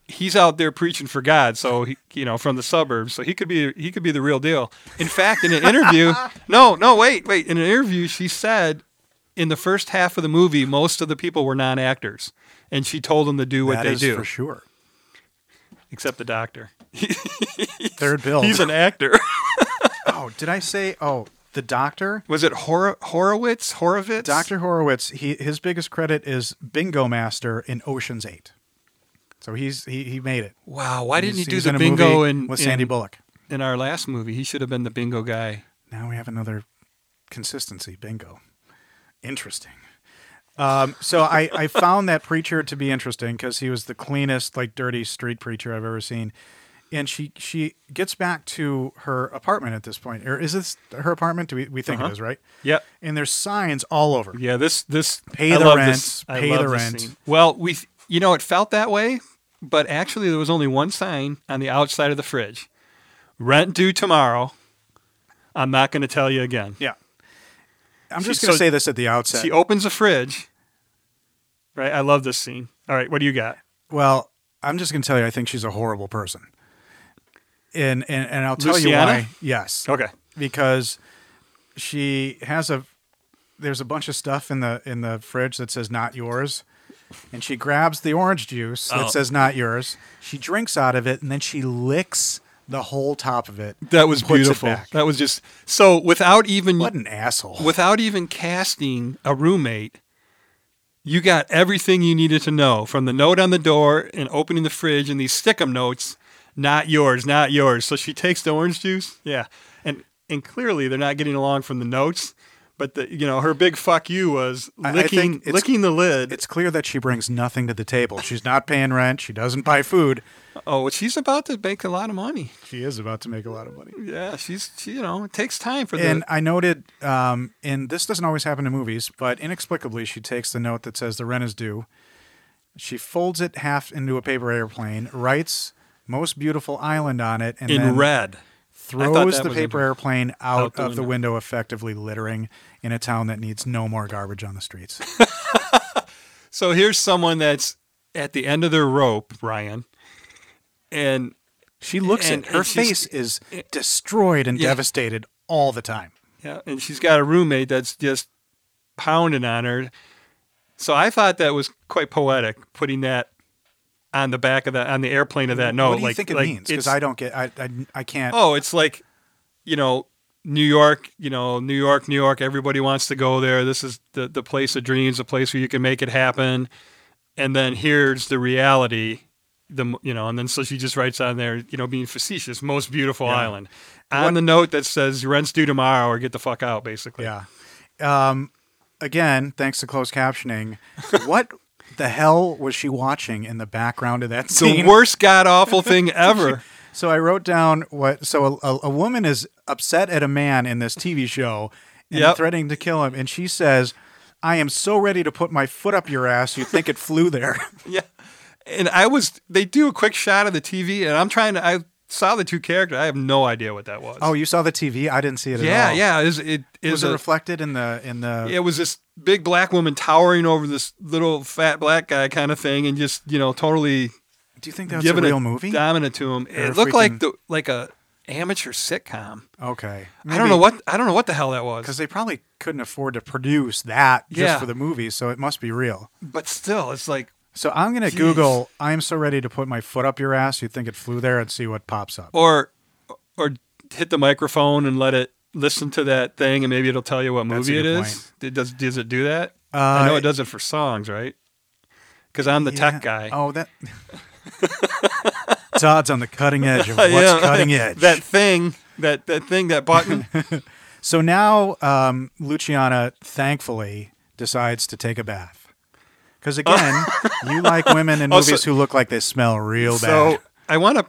he's out there preaching for God, so he you know, from the suburbs. So he could be he could be the real deal. In fact, in an interview No, no, wait, wait. In an interview she said in the first half of the movie most of the people were non actors. And she told them to do what That they is do. for sure. Except the doctor. Third bill. He's an actor. oh, did I say? Oh, the doctor, Was it Hor- Horowitz? Horovitz? Doctor Horowitz. He his biggest credit is Bingo Master in Ocean's Eight. So he's he, he made it. Wow, why didn't He's- he do he's the in a bingo movie in, with in- Sandy Bullock? in our last movie? He should have been the bingo guy. Now we have another consistency. Bingo. Interesting. Um, so I, I found that preacher to be interesting because he was the cleanest, like dirty street preacher I've ever seen. And she she gets back to her apartment at this point. Or is this her apartment? Do we, we think it is, right? Yep. And there's signs all over. Uh-huh. Yeah, this this Pay I the love rent, this- I pay love the this rent. scene. Well, we you know it felt that way, but actually there was only one sign on the outside of the fridge. Rent due tomorrow. I'm not going to tell you again. Yeah. I'm She- just going to so- oh say this at the outset. She opens the fridge. Right? I love this scene. All right, what do you got? well, I'm just going to tell you, I think she's a horrible person. And, and, and I'll tell Luciana? you why. Yes. Okay. because she has a there's a bunch of stuff in the in the fridge that says not yours and she grabs the orange juice that Oh. says not yours she drinks out of it and then she licks the whole top of it That was puts it beautiful. back. That was just so without even what an asshole without even casting a roommate, you got everything you needed to know from the note on the door and opening the fridge and these stickum notes. Not yours, not yours. So she takes the orange juice. Yeah, and and clearly they're not getting along from the notes. But the you know her big fuck you was I- I licking think it's- licking the lid. it's clear that she brings nothing to the table she's not paying rent she doesn't buy food Oh, she's about to make a lot of money. she is about to make a lot of money Yeah, she's she, you know it takes time for and the I noted, um, and this doesn't always happen in movies, but inexplicably, she takes the note that says the rent is due. She folds it half into a paper airplane, writes "Most Beautiful Island" on it, and in then red. thought throws that the was paper inter- airplane out, out the of the window, effectively littering in a town that needs no more garbage on the streets. So here's someone that's at the end of their rope, Ryan, and She looks And- at her and she's- face is destroyed and Yeah. devastated all the time. Yeah, and she's got a roommate that's just pounding on her. So I thought that was quite poetic, putting that on the back of the on the airplane of that note. what do you like, think it like means? Because it's- I don't get. I I, I can't. oh, it's like you know New York, you know New York, New York. Everybody wants to go there. This is the the place of dreams, the place where you can make it happen. And then here's the reality. The m- you know, and then so she just writes on there, you know, being facetious, most beautiful Yeah. island, on What- the note that says rent's due tomorrow or get the fuck out, basically. Yeah. Um, again, thanks to closed captioning, what the hell was she watching in the background of that the scene? worst god awful thing ever. so I wrote down what. So a, a, a woman is upset at a man in this TV show and Yep. threatening to kill him, and she says, "I am so ready to put my foot up your ass. You think it flew there?" yeah. And I was they do a quick shot of the TV and I'm trying to I saw the two characters. I have no idea what that was. oh, you saw the TV? I didn't see it at yeah, all. yeah. It is it is Was it a- reflected in the in the? it was this big black woman towering over this little fat black guy kind of thing and just, you know, totally do you think that's a giving real movie? dominant to him. Or It if looked we like can- the like a amateur sitcom. okay, I don't know what I don't know what the hell that was. because they probably couldn't afford to produce that just Yeah. for the movie, so it must be real. But still, it's like So I'm gonna Google. I'm so ready to put my foot up your ass. You think it flew there and see what pops up. or or hit the microphone and let it listen to that thing and maybe it'll tell you what That's a movie it good is. It does does it do that? Uh, I know it does it for songs, right? Cuz I'm the Yeah. tech guy. Oh, that. Todd's on the cutting edge of Uh, what's yeah, cutting edge. That thing, that that thing that button. so now um, Luciana thankfully decides to take a bath. Because again, you like women in Oh, movies so- who look like they smell real so bad. I want to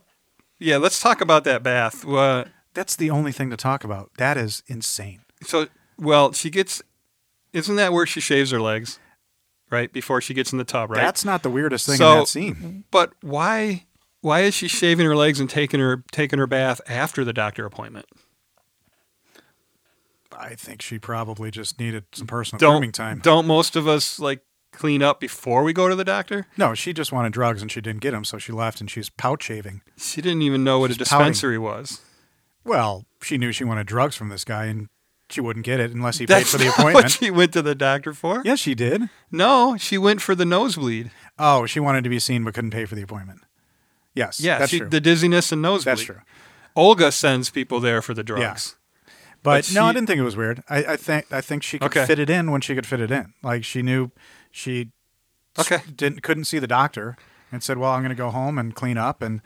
Yeah, let's talk about that bath. Uh, That's the only thing to talk about. That is insane. so well, she gets isn't that where she shaves her legs? Right before she gets in the tub, right? That's not the weirdest thing So- in that scene. But why why is she shaving her legs and taking her taking her bath after the doctor appointment? I think she probably just needed some personal grooming Don't time. don't most of us like clean up before we go to the doctor? No, she just wanted drugs and she didn't get them, so she left and she's pouch shaving. She didn't even know what a She's pouting. dispensary was. Well, she knew she wanted drugs from this guy and she wouldn't get it unless he paid That's for the not appointment. what she went to the doctor for. yes, she did. No, she went for the nosebleed. Oh, she wanted to be seen but couldn't pay for the appointment. Yes, Yeah, that's she, true. the dizziness and nosebleed. that's true. Olga sends people there for the drugs. But, But no, I she- didn't think it was weird. I, I think I think she could Okay. fit it in when she could fit it in. Like she knew she s- Okay. didn't couldn't see the doctor and said, "Well, I'm going to go home and clean up." And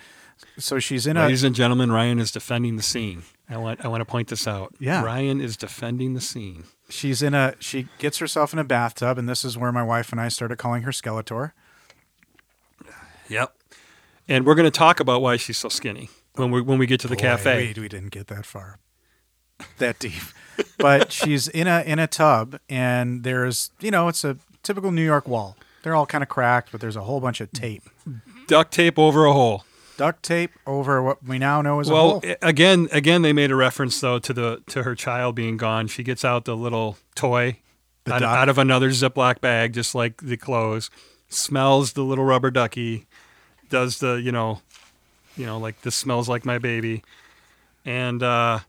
so she's in a Ladies and gentlemen, Ryan is defending the scene. I want I want to point this out. Yeah. Ryan is defending the scene. she's in a she gets herself in a bathtub, and this is where my wife and I started calling her Skeletor. Yep. And we're going to talk about why she's so skinny when we when we get to the Boy, cafe. We, we didn't get that far, that deep. but she's in a in a tub, and there's you know it's a typical New York wall. They're all kind of cracked, but there's a whole bunch of tape, Duct tape over a hole. duct tape over what we now know as a Well, hole. a- again, again, they made a reference though to the to her child being gone. She gets out the little toy The out, duck. out of another Ziploc bag, just like the clothes. Smells the little rubber ducky. Does the you know, you know, like this smells like my baby, and uh,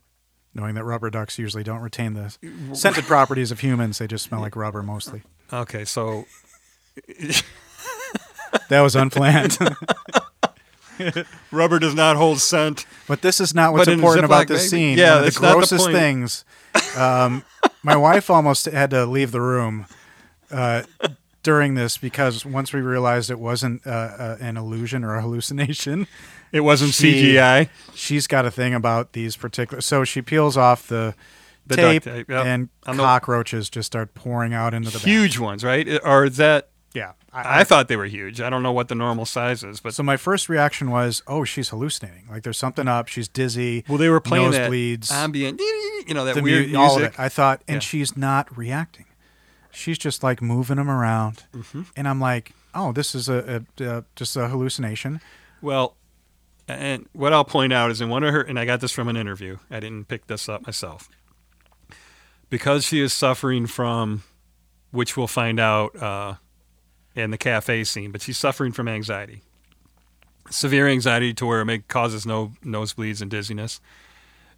knowing that rubber ducks usually don't retain the scented properties of humans, they just smell like rubber mostly. okay, so That was unplanned. rubber does not hold scent. But this is not what's But in a important about Ziploc this bag? scene. Yeah, One of that's the not the grossest point. things. Um, my wife almost had to leave the room uh, during this because once we realized it wasn't uh, uh, an illusion or a hallucination, It wasn't She- CGI. she's got a thing about these particular. So she peels off the, The duct tape, tape, yep. and On the- cockroaches just start pouring out into the bath. Huge ones, right? Or is that Yeah, I thought they were huge. I don't know what the normal size is, but So my first reaction was, "Oh, she's hallucinating. Like there's something up. She's dizzy." well, they were playing that nosebleeds. ambient, you know, that the weird mu- all of music. it. I thought, and Yeah. she's not reacting. She's just like moving them around, Mm-hmm. and I'm like, "Oh, this is a, a, a just a hallucination." Well, and what I'll point out is in one of her, and I got this from an interview. I didn't pick this up myself. Because she is suffering from, which we'll find out uh, in the cafe scene, but she's suffering from anxiety, severe anxiety to where it may, causes no nosebleeds and dizziness.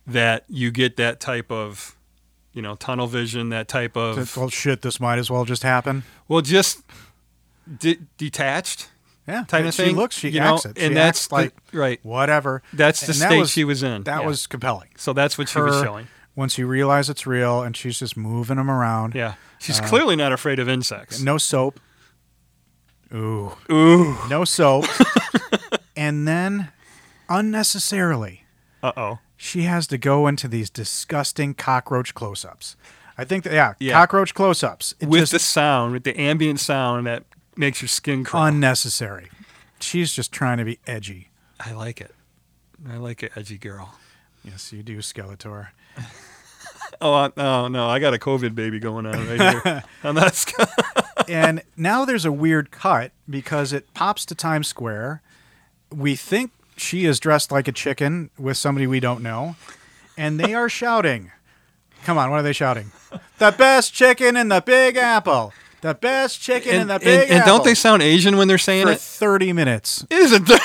That you get that type of, you know, tunnel vision, that type That, of, well, shit, this might as well just happen. well, just de- detached Yeah, type of she thing. looks, she you acts know, it, and She that's acts the- like right. whatever. That's the And state she was in. That Yeah. was compelling. So that's what she Her, was showing. Once you realize it's real, and she's just moving them around. Yeah. She's clearly not afraid of insects. No soap. Ooh. Ooh. no soap. and then, unnecessarily, Uh oh. she has to go into these disgusting cockroach close ups. I think, that, yeah, Yeah. cockroach close ups. It's With just the sound, with the ambient sound that makes your skin crawl. unnecessary. She's just trying to be edgy. I like it. I like it, edgy girl. Yes, you do, Skeletor. Oh, I, oh no, I got a COVID baby going on right here. I'm not scared. and now there's a weird cut because it pops to Times Square. We think she is dressed like a chicken with somebody we don't know, and they are shouting. Come on, what are they shouting? The best chicken in the Big Apple. The best chicken in the Big and, and Apple. don't they sound Asian when they're saying for it? thirty minutes? It is a th-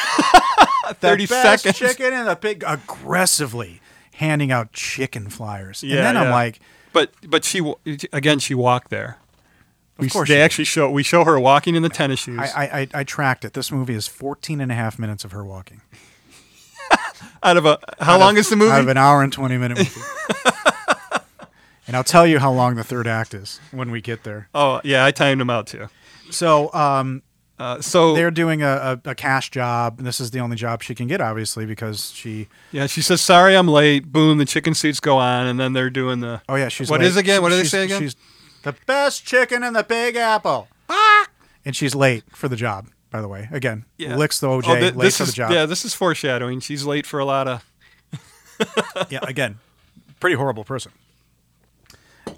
The 30 best seconds. Chicken in the Big aggressively handing out chicken flyers, Yeah, and then I'm yeah. like, But but she wa- again she walked there. we, course they she did. actually show we show her walking in the tennis shoes. I, I, I, I tracked it. This movie is 14 and a half minutes of her walking. out of a how long is the movie? out of an hour and 20 minute movie. and I'll tell you how long the third act is when we get there. oh yeah, I timed them out too. So um, Uh, so they're doing a, a, a cash job. This is the only job she can get, obviously, because she. Yeah, she says, "Sorry, I'm late." Boom, the chicken suits go on, and then they're doing the. Oh, yeah, she's. What late. is again? What do they She's- say again? She's the best chicken in the Big Apple. And she's late for the job, by the way. Again, Ah! Yeah. licks the OJ, Oh, thi- late this for the is- job. Yeah, this is foreshadowing. She's late for a lot of. yeah, again, pretty horrible person.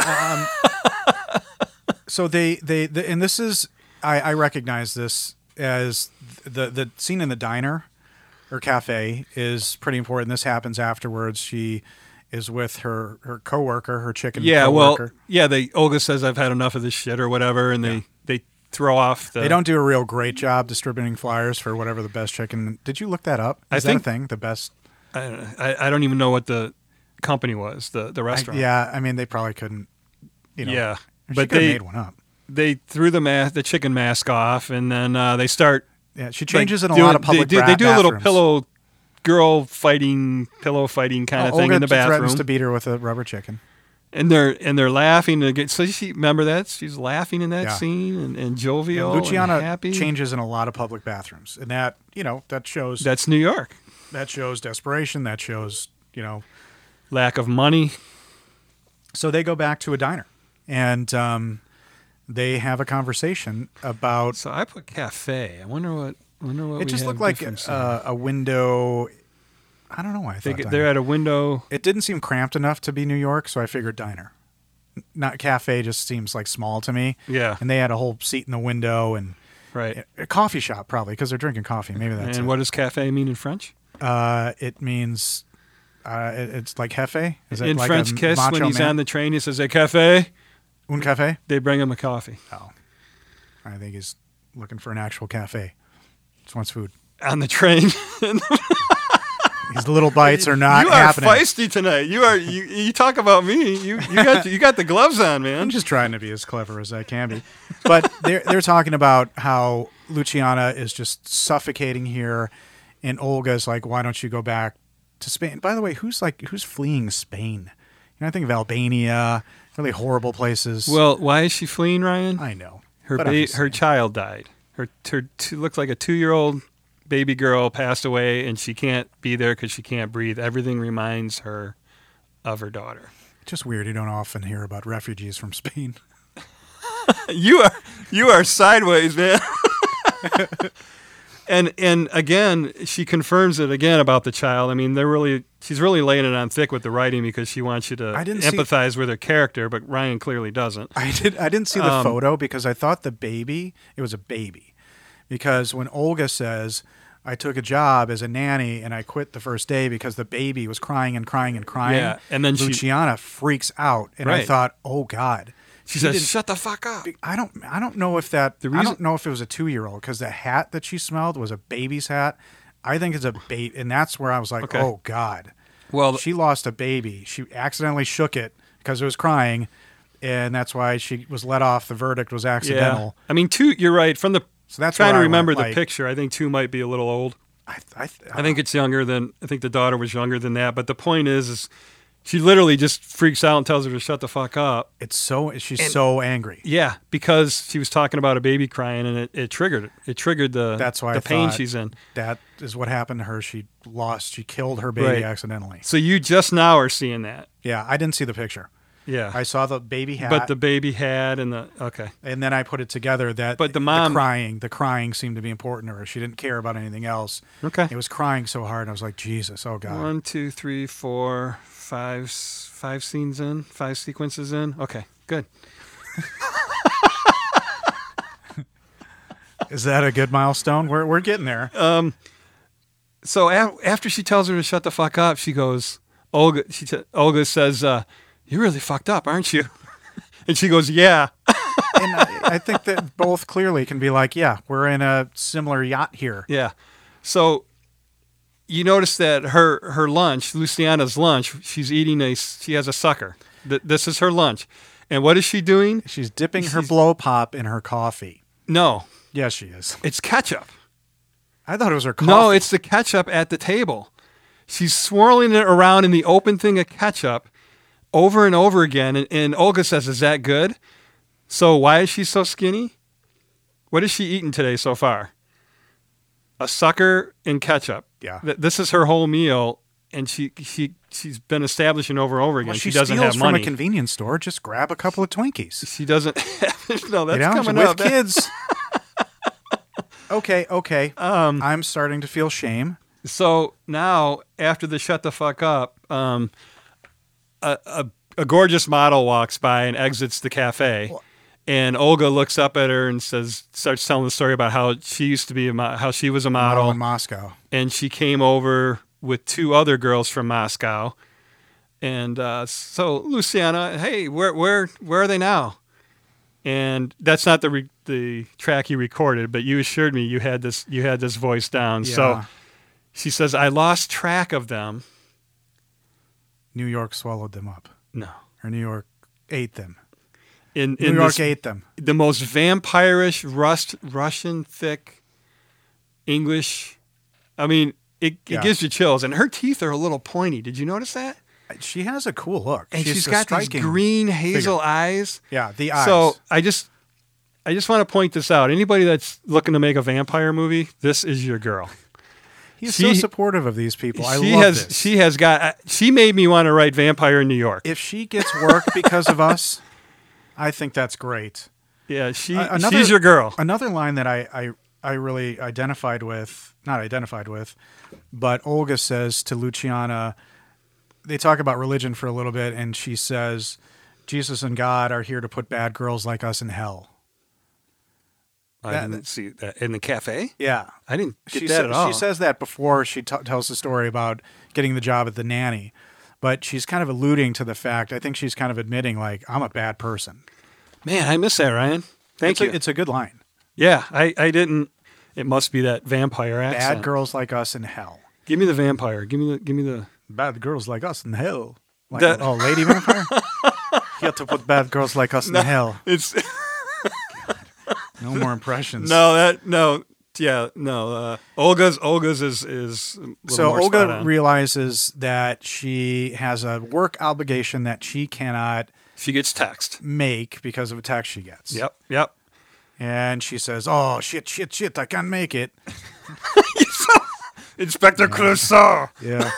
Um, so they, they the, and this is I, I recognize this as the the scene in the diner or cafe is pretty important. This happens afterwards. She is with her her coworker, her chicken. Yeah, well, coworker. yeah. They Olga says I've had enough of this shit or whatever, and they they throw off the. they don't do a real great job distributing flyers for whatever the best chicken. Did you look that up? I Is think- that a thing? The best. I, I, I don't even know what the company was. The the I- restaurant. yeah, I mean they probably couldn't. You know, yeah. she But could have they made one up. they threw the ma- the chicken mask off, and then uh, they start Yeah, she like, changes in a doing- lot of public. They do, they bath- do a little bathrooms. pillow girl fighting pillow fighting kind of Oh, thing Olga in the threatens bathroom, to beat her with a rubber chicken. and they're and they're laughing again. So she remember that she's laughing in that Yeah. scene and, and jovial, and Luciana happy. changes in a lot of public bathrooms, and that you know that shows that, That's New York. shows desperation. That shows you know. Lack of money. So they go back to a diner, and um, they have a conversation about. So I put cafe. I wonder what. Wonder what. we It just had looked like different from- uh, a window. I don't know why I they, thought get- diner. they're at a window. it didn't seem cramped enough to be New York, so I figured diner. N- Not cafe just seems like small to me. Yeah. And they had a whole seat in the window and Right. a coffee shop probably because they're drinking coffee. Maybe that's and it. what does cafe mean in French? uh, it means uh, it- it's like hefe. Is it in like French a kiss, when macho he's man? on the train, he says, "A cafe." un cafe? They bring him a coffee Oh, I think he's looking for an actual cafe. Just wants food. on the train. These little bites are not you happening. are feisty tonight. You are. You, you talk about me. You you got you got the gloves on, I'm man. just trying to be as clever as I can be. But they're they're talking about how Luciana is just suffocating here, and Olga's like, "Why don't you go back to Spain?" By the way, who's like who's fleeing Spain? You know, I think of Albania, really horrible places. Well, why is she fleeing, Ryan? I know her but I'm ba- just her saying. child died. Her her two, looked like a two year old baby girl passed away, and she can't be there because she can't breathe. Everything reminds her of her daughter. just weird. You don't often hear about refugees from Spain. You are you are sideways, man. and and again, she confirms it again about the child. I mean, they're really she's really laying it on thick with the writing because she wants you to I didn't see- empathize with her character, but Ryan clearly doesn't. I did. I didn't see Um, the photo because I thought the baby. It was a baby, because when Olga says, "I took a job as a nanny and I quit the first day because the baby was crying and crying and crying," Yeah, and then she- Luciana freaks out, and I Right. thought, "Oh God." She, didn't- says, "Shut the fuck up." I don't. I don't know if that. The I reason- don't know if it was a two-year-old because the hat that she smelled was a baby's hat. I think it's a bait, and that's where I was like, Okay. "Oh God." Well, she lost a baby. She accidentally shook it because it was crying, and that's why she was let off. The verdict was accidental. I mean, two. You're right. From the So that's trying where to I remember went, the like- picture. I think two might be a little old. I, I, I think it's younger than I think the daughter was younger than that. But the point is, is she literally just freaks out and tells her to shut the fuck up. it's so she's so angry. Yeah, because she was talking about a baby crying and it, it triggered it. It triggered the That's why the I pain thought she's in. That is what happened to her. She lost. She killed her baby Right. accidentally. So you just now are seeing that. Yeah, I didn't see the picture. Yeah. I saw the baby hat, but the baby had and the okay. and then I put it together that But the mom- crying the crying seemed to be important to her. She didn't care about anything else. Okay. It was crying so hard. I was like, Jesus, oh God. One, two, three, four, five, s- five scenes in, five sequences in. Okay, good. Is that a good milestone? We're we're getting there. Oh. so a- after she tells her to shut the fuck up, she goes, Olga, she t- Olga says, uh, you really fucked up, aren't you? and she goes, yeah. and I, I think that both clearly can be like, yeah, we're in a similar yacht here. Yeah. So you notice that her, her lunch, Luciana's lunch, she's eating a, s- she has a sucker. Th- this is her lunch. And what is she doing? She's dipping her She's- blow pop in her coffee. No, Yes, she is. it's ketchup. I thought it was her coffee. No, it's the ketchup at the table. She's swirling it around in the open thing of ketchup over and over again. And, and Olga says, Is that good? So why is she so skinny? What has she eaten today so far? A sucker and ketchup. Yeah. Th- this is her whole meal. And she, she, she's been establishing over and over again. Well, she, she, doesn't have steals from money. a convenience store. Just grab a couple of Twinkies. she doesn't have, no, that's you know, coming with up. That- kids. okay, okay. Um, I'm starting to feel shame. So now, after the shut the fuck up, um, a, a, a gorgeous model walks by and exits the cafe. And Olga looks up at her and says, starts telling the story about how she used to be a mo- how she was a model, in Moscow. and she came over with two other girls from Moscow. And uh, so Luciana, hey, where where where are they now? And that's not the re- the track you recorded, but you assured me you had this you had this voice down. So Yeah. she says, I lost track of them. New York swallowed them up, No, or New York ate them. in New in York this- ate them. the most vampirish rust Russian thick English. I mean, it, it Yeah. gives you chills, and her teeth are a little pointy. Did you notice that? She has a cool look, And she's a got these striking. green hazel eyes. Yeah, the eyes. So I just, I just want to point this out. Anybody that's looking to make a vampire movie, this is your girl. He's so she- supportive of these people. I she love has, this. she has got. uh, She made me want to write vampire in New York. if she gets work because of us, I think that's great. yeah, she, Uh, another- she's your girl. Another line that I, I I really identified with, not identified with, but Olga says to Luciana, they talk about religion for a little bit, and she says, Jesus and God are here to put bad girls like us in hell. I that- didn't see that in the cafe. Yeah. I didn't get she that sa- at all. She says that before she t- tells the story about getting the job at the nanny, but she's kind of alluding to the fact. I think she's kind of admitting, like, I'm a bad person. "Man, I miss that, Ryan. Thank it's you." A, it's a good line. Yeah, I, I didn't. It must be that vampire accent. Bad girls like us in hell. Give me the vampire. Give me the. Give me the. Bad girls like us in hell. Like, That- oh, lady vampire. Here to put bad girls like us in hell. It's No more impressions. no that no yeah no uh, Olga's Olga's is is a little So more spot Olga on. realizes that she has a work obligation that she cannot she gets text. make because of a text she gets. Yep, yep. And she says, "Oh shit, shit, shit! I can't make it." Inspector Clouseau. Yeah.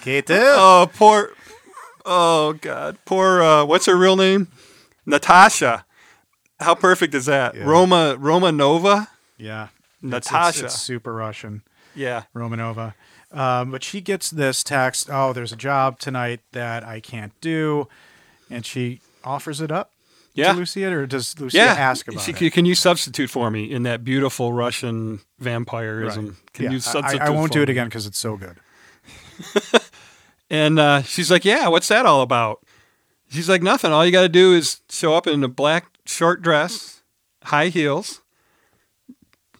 Kate. Mm-hmm. Oh poor. Oh God, poor. Uh, what's her real name? Natasha. How perfect is that? Yeah. Roma Roma Nova. Yeah. It's- It's, Natasha. it's super Russian, Yeah. Romanova. Um, but she gets this text Oh, there's a job tonight that I can't do. And she offers it up Yeah. to Lucia, or does Lucia yeah. ask about She- it? Can you substitute for me in that beautiful Russian vampirism? Can Yeah, you I- substitute? I, I won't for do it me? again because it's so good. And uh, she's like, "Yeah, what's that all about?" She's like, "Nothing. All you got to do is show up in a black short dress, high heels,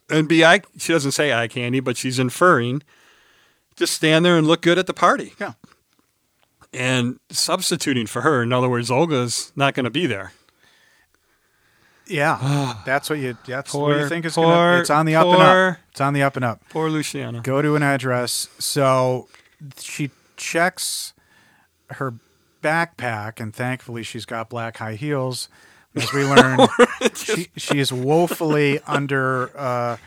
and be eye." She doesn't say eye candy, but she's inferring. Just stand there and look good at the party. Yeah. And substituting for her, in other words, Olga's not going to be there. Yeah. that's what you that's what Poor- you think is poor- gonna it's on the up and poor- up. It's on the up and up. Poor Luciana. Go to an address. So she checks her backpack, and thankfully she's got black high heels. As we learned, she, she is woefully under uh,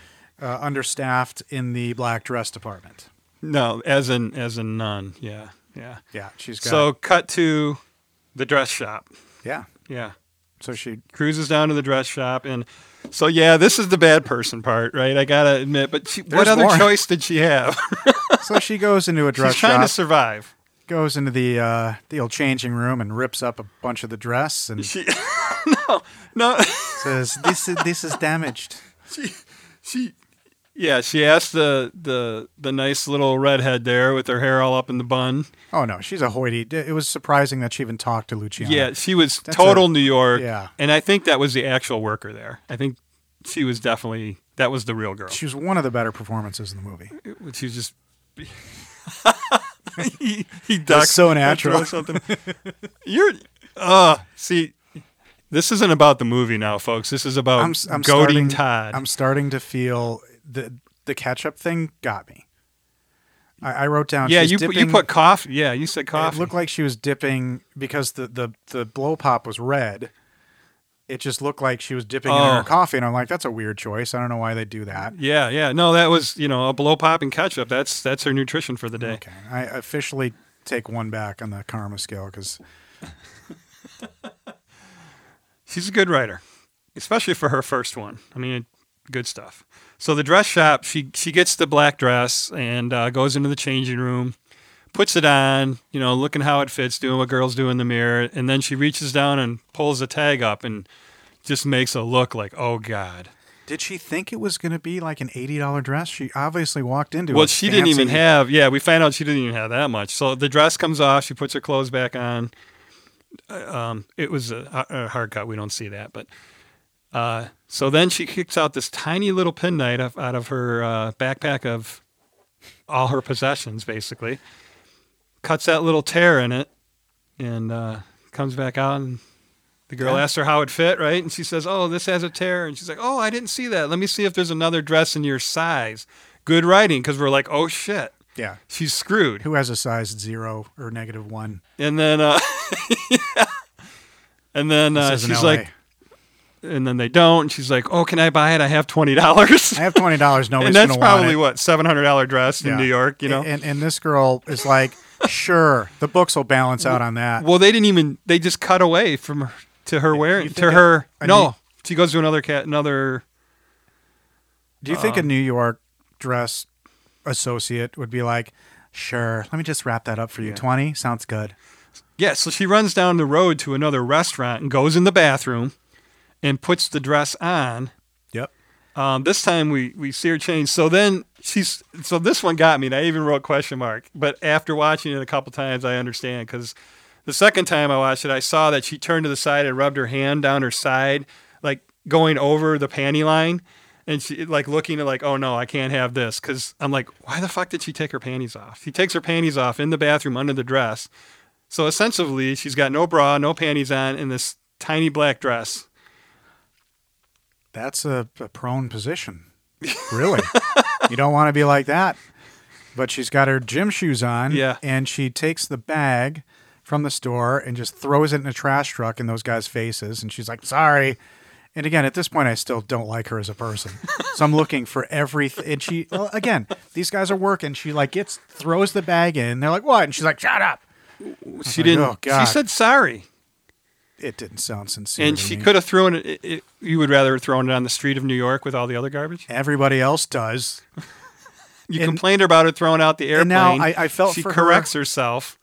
uh, understaffed in the black dress department. No, as in as in none. Yeah, yeah. Yeah, she's got So cut to the dress shop. yeah. Yeah. So she Cruises down to the dress shop and so yeah, this is the bad person part, right? I gotta admit, but she, what There's other more. choice did she have? so she goes into a dress She's trying to shop, survive. goes into the uh, the old changing room, and rips up a bunch of the dress and She no, no, says, "This is this is damaged." she yeah, she asked the the the nice little redhead there with her hair all up in the bun. Oh no, she's a hoity. It was surprising that she even talked to Luciana. Yeah, she was That's total a- New York. yeah. and I think that was the actual worker there. I think she was definitely that was the real girl. She was one of the better performances in the movie. which is just he, he ducks so and natural. throws something. You're uh see this isn't about the movie now, folks. This is about I'm, s- I'm goading starting, Todd. I'm starting to feel the the catch up thing got me. I, I wrote down. yeah, she's you put, you dipping- put coffee. Yeah, you said It coffee. looked like she was dipping because the the the blow pop was red. It just looked like she was dipping in Oh. her coffee, and I'm like, that's a weird choice. I don't know why they do that. yeah, yeah. No, that was you know a blow pop and ketchup. That's that's her nutrition for the day. Okay, I officially take one back on the karma scale because She's a good writer, especially for her first one. I mean, good stuff. So the dress shop, she she gets the black dress and uh, goes into the changing room, puts it on, you know, looking how it fits, doing what girls do in the mirror, and then she reaches down and pulls the tag up and just makes it look like oh god. Did she think it was going to be like an eighty dollar dress? She obviously walked into Well, it she didn't even fancy. have. Yeah, we found out she didn't even have that much. So the dress comes off. She puts her clothes back on. Uh, Um, it was a, ha- a hard cut. We don't see that, but uh, so then she kicks out this tiny little penknife out- out of her uh, backpack of all her possessions, basically. Cuts that little tear in it, and uh, comes back out. And the girl asks her how it fit, right? And she says, "Oh, this has a tear." And she's like, "Oh, I didn't see that. Let me see if there's another dress in your size." Good writing, because we're like, "Oh shit, Yeah. she's screwed." Who has a size zero or negative one? And then, uh, and then uh, This is in she's LA. like, and then they don't. And she's like, "Oh, can I buy it? I have twenty dollars." I have twenty dollars. Nobody's And going to that's want probably it. what seven hundred dollar dress in Yeah. New York, you know. And and this girl is like, sure, the books will balance out on that. well, they didn't even. They just cut away from her, to her wearing to think her. a- a no, New- she goes to another cat, another. Do you Um, think a New York dress associate would be like, sure, let me just wrap that up for you? 20? Sounds good. Yeah, so she runs down the road to another restaurant and goes in the bathroom, and puts the dress on. Yep. Um, this time we we see her change. So then she's so this one got me, and I even wrote question mark. But after watching it a couple times, I understand because the second time I watched it, I saw that she turned to the side and rubbed her hand down her side, like going over the panty line, and she like looking at like, oh no, I can't have this because I'm like, why the fuck did she take her panties off? She takes her panties off in the bathroom under the dress. So essentially, she's got no bra, no panties on, in this tiny black dress. That's a, a prone position. Really? you don't want to be like that. But she's got her gym shoes on. Yeah. And she takes the bag from the store and just throws it in a trash truck in those guys' faces. And she's like, sorry. And again, at this point, I still don't like her as a person. So I'm looking for everything. And she, well, again, these guys are working. She like gets, throws the bag in. They're like, what? And she's like, shut up. She like, didn't. "Oh, God." She said sorry, It didn't sound sincere. and to she me. could have thrown it, it, it- You would rather have thrown it on the street of New York with all the other garbage. Everybody else does. You And- complained about her throwing out the And airplane. now I- I felt she for her. corrects herself.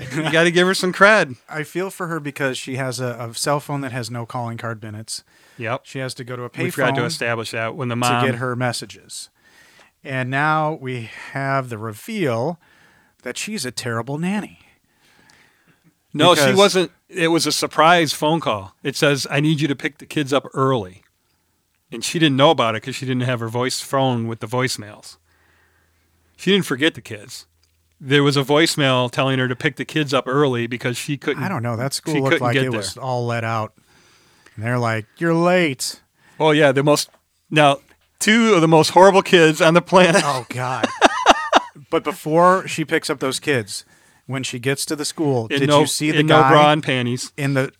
you got to give her some cred. I feel for her because she has a, a cell phone that has no calling card minutes. Yep. She has to go to a We forgot to payphone to, establish that when the mom get her messages. And now we have the reveal that she's a terrible nanny. No, she because- wasn't. It was a surprise phone call. It says, "I need you to pick the kids up early," and she didn't know about it because she didn't have her voice phone with the voicemails. She didn't forget the kids. There was a voicemail telling her to pick the kids up early because she couldn't. I don't know. That school She looked couldn't like get it there. was all let out. And they're like, "You're late." Oh yeah, the most now two of the most horrible kids on the planet. Oh God! but before she picks up those kids, when she gets to the school, In did no, you see the in guy no bra and panties? in the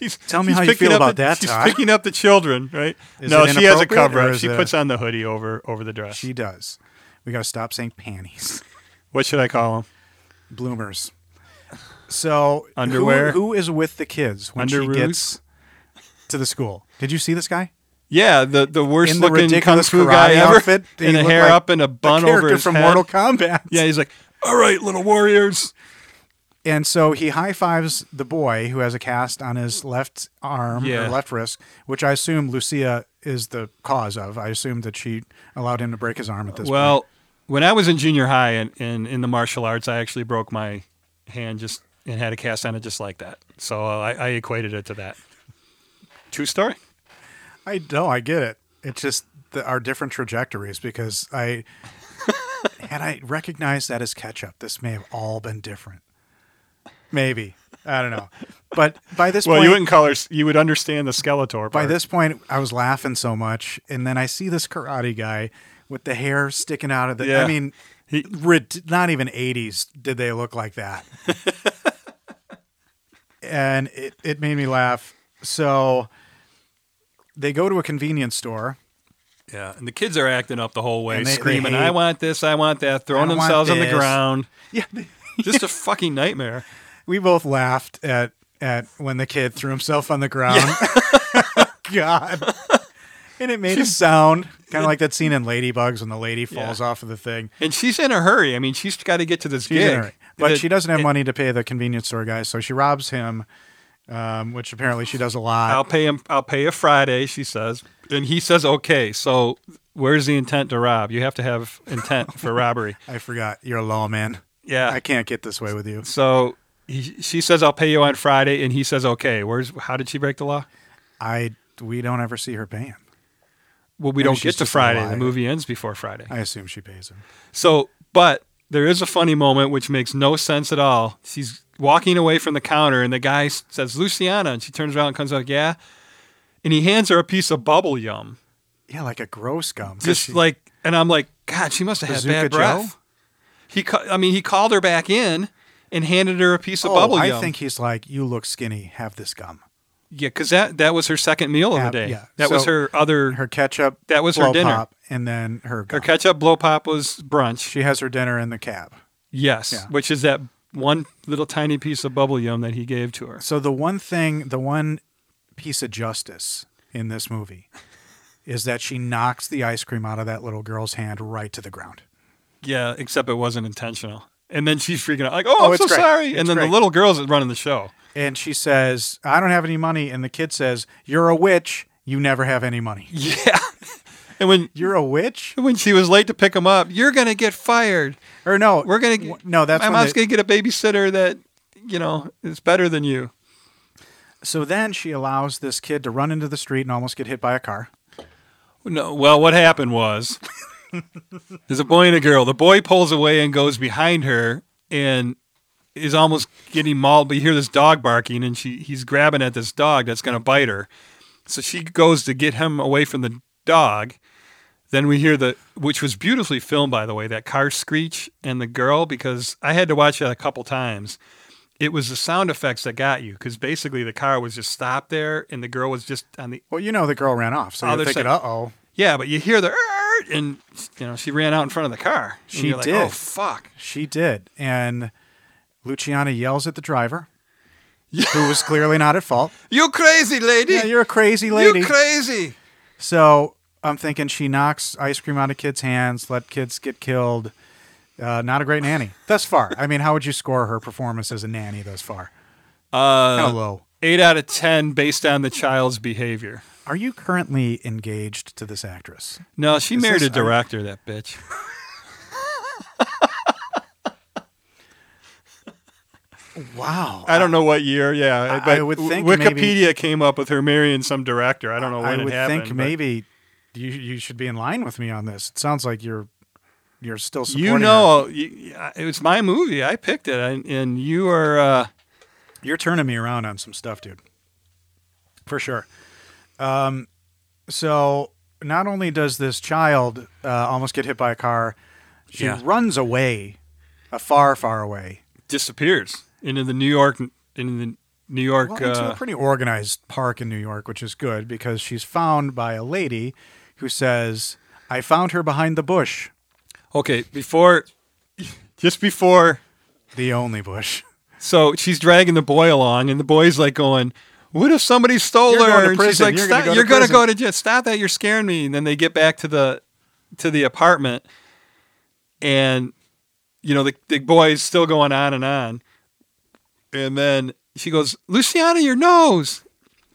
She's- Tell me she's how you picking feel up about the- that, She's Todd. picking up the children, right? Is no, it she has a inappropriate or cover. is She it a- puts on the hoodie over over the dress. She does. We got to stop saying panties, what should I call him? bloomers. So who- Underwear? who is with the kids when Underoos? she gets to the school? Did you see this guy? Yeah, the the worst In the looking kung ridiculous fu karate guy ever, outfit, he and the looked hair like up and a bun the over character his from head. Mortal Kombat. Yeah, he's like, "All right, little warriors." And so he high fives the boy who has a cast on his left arm Yeah. or left wrist, which I assume Lucia is the cause of. I assume that she allowed him to break his arm at this point. Well, when I was in junior high and in, in the martial arts, I actually broke my hand just and had a cast on it just like that. So uh, I, I equated it to that. True story. I know, I get it. It's just the, our different trajectories because I had I recognized that as ketchup, this may have all been different. Maybe I don't know, but by this Well, point, you wouldn't call her. You would understand the Skeletor. Part. by this point, I was laughing so much, and then I see this karate guy with the hair sticking out of the. Yeah. I mean, He- rid- not even '80s did they look like that, and it it made me laugh. So they go to a convenience store. yeah, and the kids are acting up the whole way, And they- they screaming, hate- "I want this! I want that!" Throwing I want themselves on the this. ground. Yeah, Just a fucking nightmare. we both laughed at at when the kid threw himself on the ground. God. And it made a sound, kind of like that scene in Ladybugs when the lady falls off of the thing. And she's in a hurry. I mean, she's got to get to this She's in gig. a hurry. But The- she doesn't have money to pay the convenience store guy, so she robs him um, which apparently she does a lot. I'll pay him. I'll pay you Friday. She says, and he says, okay. So where's the intent to rob? You have to have intent for robbery. I forgot you're a lawman. Yeah. I can't get this way with you. So he, she says, I'll pay you on Friday, and he says, okay. Where's how did she break the law? I we don't ever see her paying. Well, we Maybe don't she's get to just a Friday. liar. The movie ends before Friday. I assume she pays him. So, but there is a funny moment which makes no sense at all. She's walking away from the counter, and the guy s- says, Luciana. And she turns around and comes out, yeah. And he hands her a piece of bubble yum. Yeah, like a gross gum. 'Cause Just she- like, and I'm like, God, she must have had Bazooka bad breath. Joe? He, ca- I mean, he called her back in and handed her a piece of oh, bubble yum. I think he's like, you look skinny. Have this gum. yeah, because that, that was her second meal of Yeah, the day. yeah. That was So- her other, her, Her ketchup. That was her blow dinner. pop, and then her gum. ketchup blow pop was brunch. she has her dinner in the cab. Yes, Yeah. which is that one little tiny piece of bubble yum that he gave to her. So the one thing, the one piece of justice in this movie is that she knocks the ice cream out of that little girl's hand right to the ground. Yeah, except it wasn't intentional. And then she's freaking out, like, "Oh, Oh, I'm it's so great. sorry!" It's and then great. the little girl's running the show. And she says, I don't have any money. And the kid says, You're a witch. You never have any money. Yeah. and when You're a witch? when she was late to pick him up, you're gonna get fired. Or no. We're gonna w- get, No, that's my when mom's gonna the- get a babysitter that you know is better than you. So then she allows this kid to run into the street and almost get hit by a car. No, well, what happened was there's a boy and a girl. The boy pulls away and goes behind her and is almost getting mauled. But you hear this dog barking, and she he's grabbing at this dog that's going to bite her. So she goes to get him away from the dog. Then we hear the which was beautifully filmed, by the way, that car screech and the girl because I had to watch that a couple times. It was the sound effects that got you because basically the car was just stopped there and the girl was just on the Well, you know the girl ran off. So Oh, you're they're thinking, uh saying- oh. yeah, but you hear the "Err," and you know she ran out in front of the car. And She you're like, did. Oh fuck! She did. And Luciana yells at the driver, who was clearly not at fault. You crazy lady! Yeah, you're a crazy lady. You crazy! So I'm thinking she knocks ice cream out of kids' hands, let kids get killed. Uh, not a great nanny thus far. I mean, how would you score her performance as a nanny thus far? Uh, kind of low. Eight out of ten based on the child's behavior. Are you currently engaged to this actress? No, she Is married this- a director. That bitch. Wow. I don't know what year. Yeah, I- but I would think Wikipedia maybe- came up with her marrying some director. I don't know when I it would happened. think but maybe you you should be in line with me on this. It sounds like you're you're still supporting You her. know, you, I- it was my movie. I picked it, and, and you are. Uh, You're turning me around on some stuff, dude. For sure. Um, so not only does this child uh, almost get hit by a car, she Yeah. runs away, a far, far away, disappears into the New York into the New York. well, into uh, a pretty organized park in New York, which is good because she's found by a lady who says, "I found her behind the bush, Okay, before, just before, the only bush." so she's dragging the boy along, and the boy's like going, "What if somebody stole You're her?" going to and she's prison. like, "Stop! You're gonna go to you're gonna prison." go to jail. Stop that! You're scaring me." And then they get back to the to the apartment, and you know the the boy's still going on and on, and then she goes, "Luciana, your nose."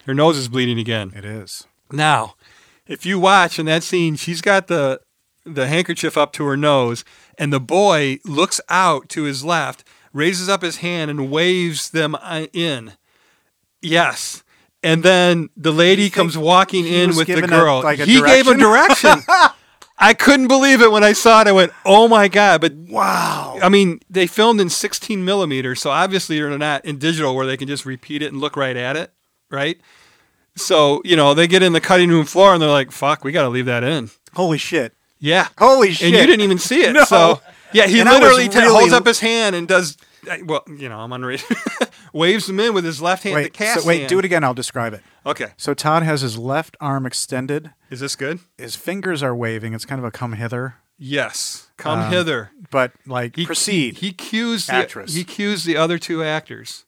Her nose is bleeding again. It is. Now, if you watch in that scene, she's got the the handkerchief up to her nose, and the boy looks out to his left, raises up his hand, and waves them uh, in. Yes. And then the lady comes walking he in was with the given a- girl. like a he gave a direction. I couldn't believe it when I saw it. I went, "Oh my god!" But Wow. I mean, they filmed in 16 millimeters, so obviously they're not in digital where they can just repeat it and look right at it, right? So you know they get in the cutting room floor and they're like, "Fuck, we got to leave that in." Holy shit. Yeah, Holy shit. and you didn't even see it. No. So yeah, he And I was literally ta- really- holds up his hand and does. I- Well, you know, I'm unrated. waves them in with his left hand. the Wait. cast so, wait. hand. Do it again. I'll describe it. Okay, So Todd has his left arm extended. is this good? His fingers are waving. It's kind of a come hither, Yes, come Um, hither. but like He proceed. He cues the Actress. He cues the other two actors.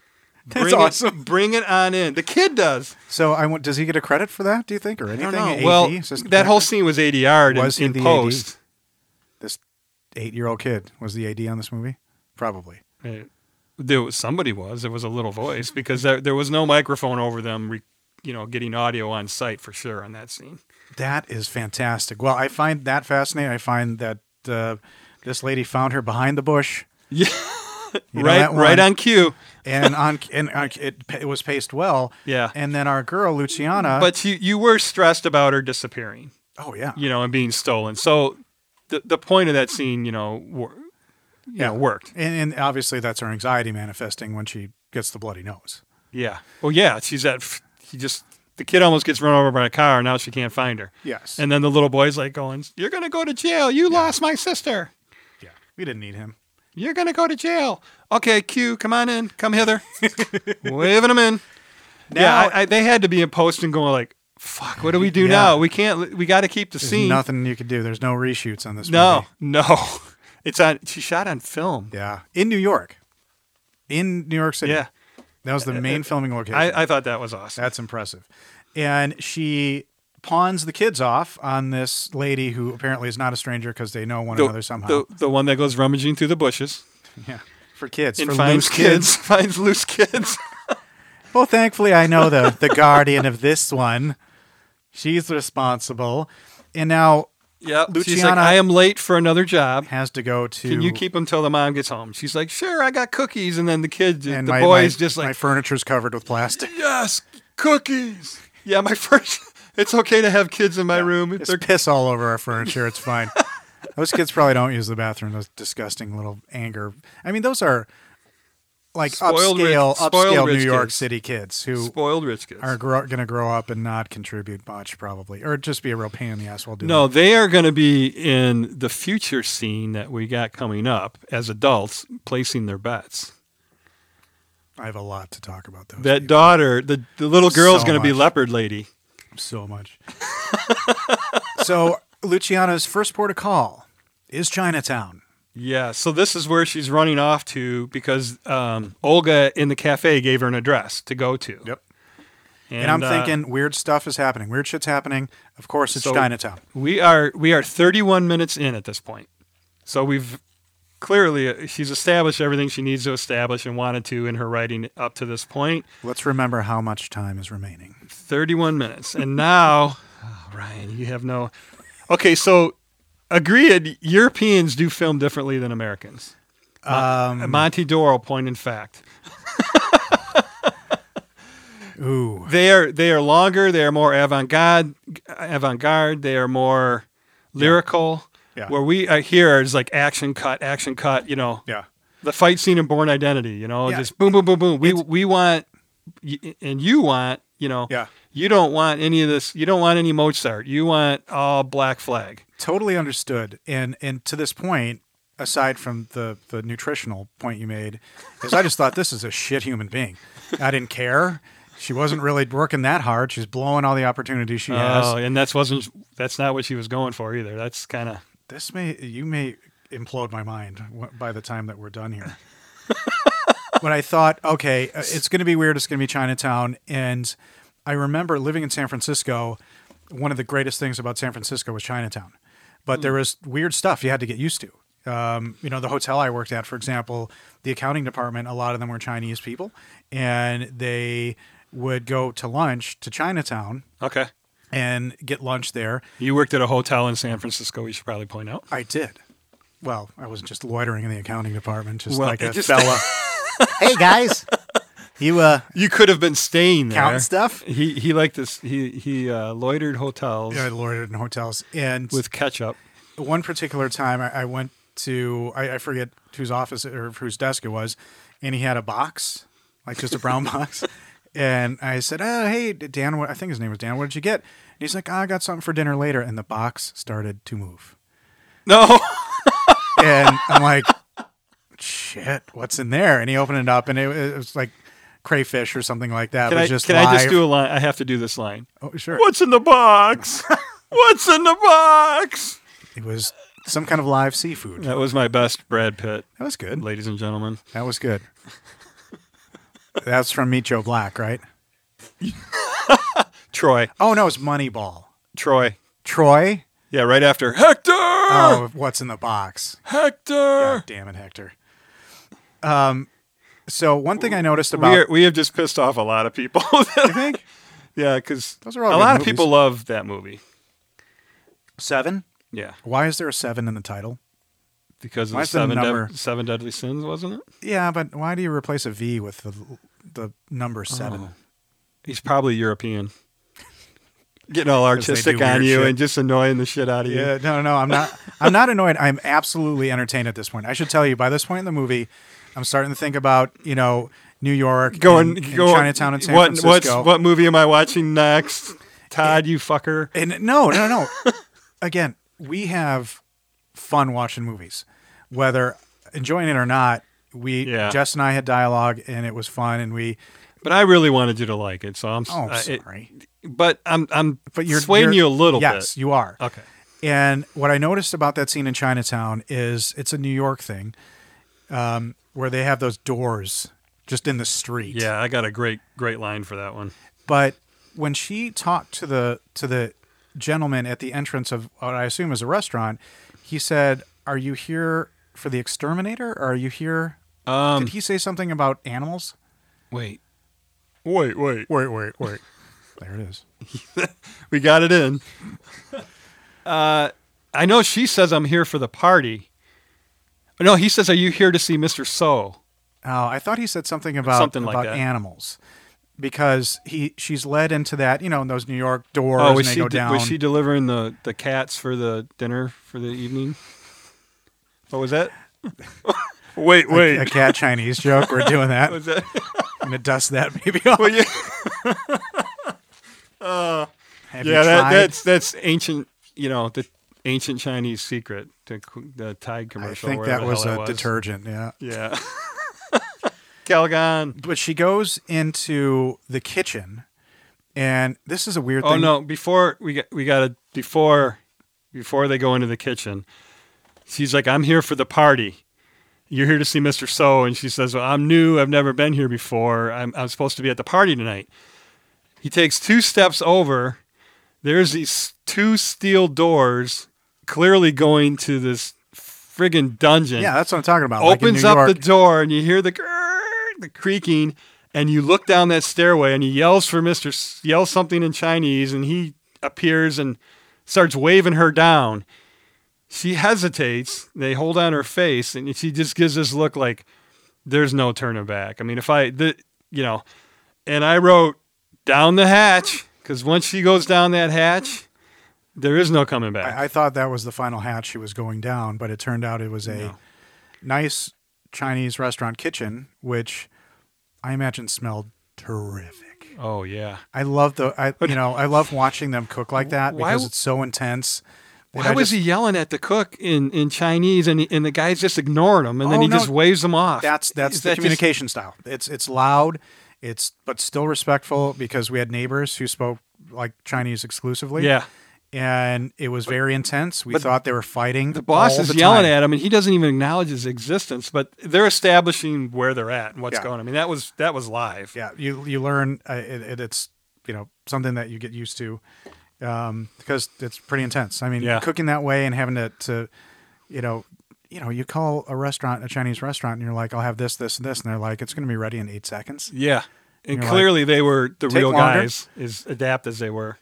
That's Bring it- awesome. bring it on in. The kid does. so I want. Does he get a credit for that? Do you think or anything? AD, Well, assistant that whole director? scene was ADR Was he in, the in AD? post. this eight-year-old kid was the AD on this movie, probably. Right. there was somebody was there was a little voice because there, there was no microphone over them re, you know getting audio on site for sure on that scene That is fantastic. Well, I find that fascinating. I find that uh, this lady found her behind the bush. Yeah. You know right that right one? on cue and on and on, it, it was paced well. Yeah. And then our girl Luciana. but you you were stressed about her disappearing oh yeah, you know and being stolen so the, the point of that scene you know wor- you know, worked and, and obviously that's her anxiety manifesting when she gets the bloody nose. yeah well yeah she's at f- he just the kid almost gets run over by a car and now she can't find her Yes. and then the little boy's like going you're gonna go to jail you lost my sister yeah, we didn't need him. You're gonna go to jail. Okay, Q, come on in. Come hither. Waving them in. Now- yeah, I, I, they had to be in post and going like, "Fuck, what do we do Yeah. now? We can't. We got to keep the There's scene. nothing you could do. There's no reshoots on this. no, movie. no. It's on. She shot on film. Yeah, in New York, in New York City. Yeah, Uh, That was the main filming location. I, I thought that was awesome. That's impressive. And she pawns the kids off on this lady who apparently is not a stranger because they know one another somehow. the the one that goes rummaging through the bushes yeah. For kids, and for finds loose kids, finds loose kids. Well, thankfully, I know the the guardian of this one. She's responsible, and now yeah, she's like, Luciana- "I am late for another job." has to go to. Can you keep them till the mom gets home? She's like, "Sure, I got cookies." And then the kid, And the my, boy's my- just like, my furniture's covered with plastic. Yes, cookies. Yeah, my first. It's okay to have kids in my room. If There's they're, piss all over our furniture. It's fine. those kids probably don't use the bathroom. Those disgusting little anger. I mean, those are like Spoiled rich- upscale, spoiled upscale New rich York kids. City kids who spoiled rich kids. are grow- going to grow up and not contribute much, probably, or just be a real pain in the ass while doing. No, it. they are going to be in the future scene that we got coming up as adults placing their bets. I have a lot to talk about those. That daughter, the, the little girl's So going to be much. leopard lady. so much. so Luciana's first port of call is Chinatown. Yeah, so this is where she's running off to because um, Olga in the cafe gave her an address to go to. Yep. And, I'm uh, thinking weird stuff is happening. Weird shit's happening. Of course, it's So- Chinatown. We are we are 31 minutes in at this point, so we've clearly uh, she's established everything she needs to establish and wanted to in her writing up to this point. Let's remember how much time is remaining. 31 minutes, and now oh, Ryan, you have no. Okay, so agreed. Europeans do film differently than Americans. Um, Monty Doro, point in fact, ooh, they are they are longer. They are more avant-garde. Avant-garde. They are more lyrical. Yeah. Where we are here is like action cut, action cut. You know. yeah. the fight scene in Born Identity. You know, Yeah. just boom, boom, boom, boom. We we want, y- and you want. You know, Yeah. You don't want any of this. You don't want any Mozart. You want all Black Flag. Totally understood. And and to this point, aside from the the nutritional point you made, is I just thought this is a shit human being. I didn't care. She wasn't really working that hard. She's blowing all the opportunities she has. Oh, and that's wasn't that's not what she was going for either. That's kind of This may you may implode my mind wh- by the time that we're done here. but I thought, okay, uh, it's going to be weird. It's going to be Chinatown, and I remember living in San Francisco. One of the greatest things about San Francisco was Chinatown, but there was weird stuff you had to get used to. Um, you know, the hotel I worked at, for example, the accounting department, a lot of them were Chinese people, and they would go to lunch to Chinatown okay. and get lunch there. You worked at a hotel in San Francisco. We should probably point out. I did. Well, I wasn't just loitering in the accounting department, just Well, like it a just- fella. hey guys, you uh You could have been staying there. counting stuff? He he liked this. He he uh, loitered hotels Yeah, I loitered in hotels. And with ketchup. one particular time, I, I went to I, I forget whose office or whose desk it was, and he had a box, like just a brown box. And I said, "Oh, hey, Dan. What, I think his name was Dan. What did you get?" And he's like, oh, "I got something for dinner later." And the box started to move. No. and I'm like, shit, what's in there? And he opened it up, and it, it was like crayfish or something like that. Can I it was just can live. I just do a line? I have to do this line. oh, sure. What's in the box? What's in the box? It was some kind of live seafood. That was my best Brad Pitt, That was good. ladies and gentlemen. That was good. That's from Meet Joe Black, right? Troy. Oh no, it's Moneyball. Troy. Troy. Yeah, right after Hector. Uh, Oh, what's in the box? Hector. God damn it, Hector. Um, So one thing I noticed We, about are, we have just pissed off a lot of people. I think yeah, because a Those are all good lot of movies. people love that movie. seven. Yeah, Why is there a seven in the title? because of the Why's the seven, dead- number- seven deadly sins, wasn't it? Yeah, but why do you replace a V with the the number seven? He's probably European. Getting all 'Cause they do artistic on weird you shit. and just annoying the shit out of you. Yeah, no, no, I'm not. I'm not annoyed. I'm absolutely entertained at this point. I should tell you, by this point in the movie, I'm starting to think about you know New York, Going, and, and going Chinatown, and San what, Francisco. What's, what movie am I watching next? Todd, you fucker. And no, no, no. Again, we have fun watching movies, whether enjoying it or not. We Yeah. Jess and I had dialogue, and it was fun, and we. But I really wanted you to like it, so I'm. s- Oh, uh, it- sorry, but I'm I'm but you're swaying you're- you a little Yes, you are. bit. Okay. And what I noticed about that scene in Chinatown is it's a New York thing, um, where they have those doors just in the street. Yeah, I got a great great line for that one. But when she talked to the to the gentleman at the entrance of what I assume is a restaurant, he said, "Are you here for the exterminator? Or are you here?" Um, Did he say something about animals? wait, wait, wait. Wait, wait, wait. there it is. We got it in. uh, I know she says I'm here for the party. No, he says, "Are you here to see Mister So?" Oh, I thought he said something about Something like about that. animals. Because he she's led into that, you know, in those New York doors Oh, and was they she go de- down. was she delivering the the cats for the dinner for the evening? What was that? wait, wait. a cat Chinese joke. We're doing that. was that? I'm gonna dust that maybe off. Uh, Well, yeah, Have you yeah that, tried? that's that's ancient. You know the ancient Chinese secret to cu- the Tide I commercial. think wherever that the was hell a it was. detergent. Yeah. Yeah. Calgon. But she goes into the kitchen, and this is a weird Oh thing. no! Before we got we got to before before they go into the kitchen, she's like, "I'm here for the party. You're here to see Mister So," and she says, "Well, I'm new. I've never been here before. I'm I'm supposed to be at the party tonight." He takes two steps over. There's these two steel doors, clearly going to this friggin' dungeon. Yeah, that's what I'm talking about. Like in opens New up York, the door and you hear the grrr, the creaking and you look down that stairway and he yells for Mr. S- yells something in Chinese and he appears and starts waving her down. She hesitates. They hold on her face and she just gives this look like there's no turning back. I mean, if I the, you know, and I wrote down the hatch cuz once she goes down that hatch, there is no coming back. I, I thought that was the final hatch she was going down, but it turned out it was a nice Chinese restaurant kitchen, which I imagine smelled terrific. oh yeah. I love the I you know I love watching them cook like that Why because w- it's so intense. that Why I was just- he yelling at the cook in, in Chinese and, he- and the guy's just ignoring him and then Oh, he no. just waves him off? That's that's Is the that just- communication style. It's it's loud, it's but still respectful because we had neighbors who spoke like Chinese exclusively. yeah. and it was very intense. We thought they were fighting. The boss is yelling at him and he doesn't even acknowledge his existence, but they're establishing where they're at and what's Yeah. going on. I mean, that was that was live. Yeah, you you learn uh, it, it, it's you know something that you get used to um, because it's pretty intense. I mean, Yeah. cooking that way and having to to you know. You know, you call a restaurant, a Chinese restaurant, and you're like, "I'll have this, this, and this," and they're like, "It's going to be ready in eight seconds." Yeah. And You're like, clearly they were the "Take real longer." guys, as adapt as they were.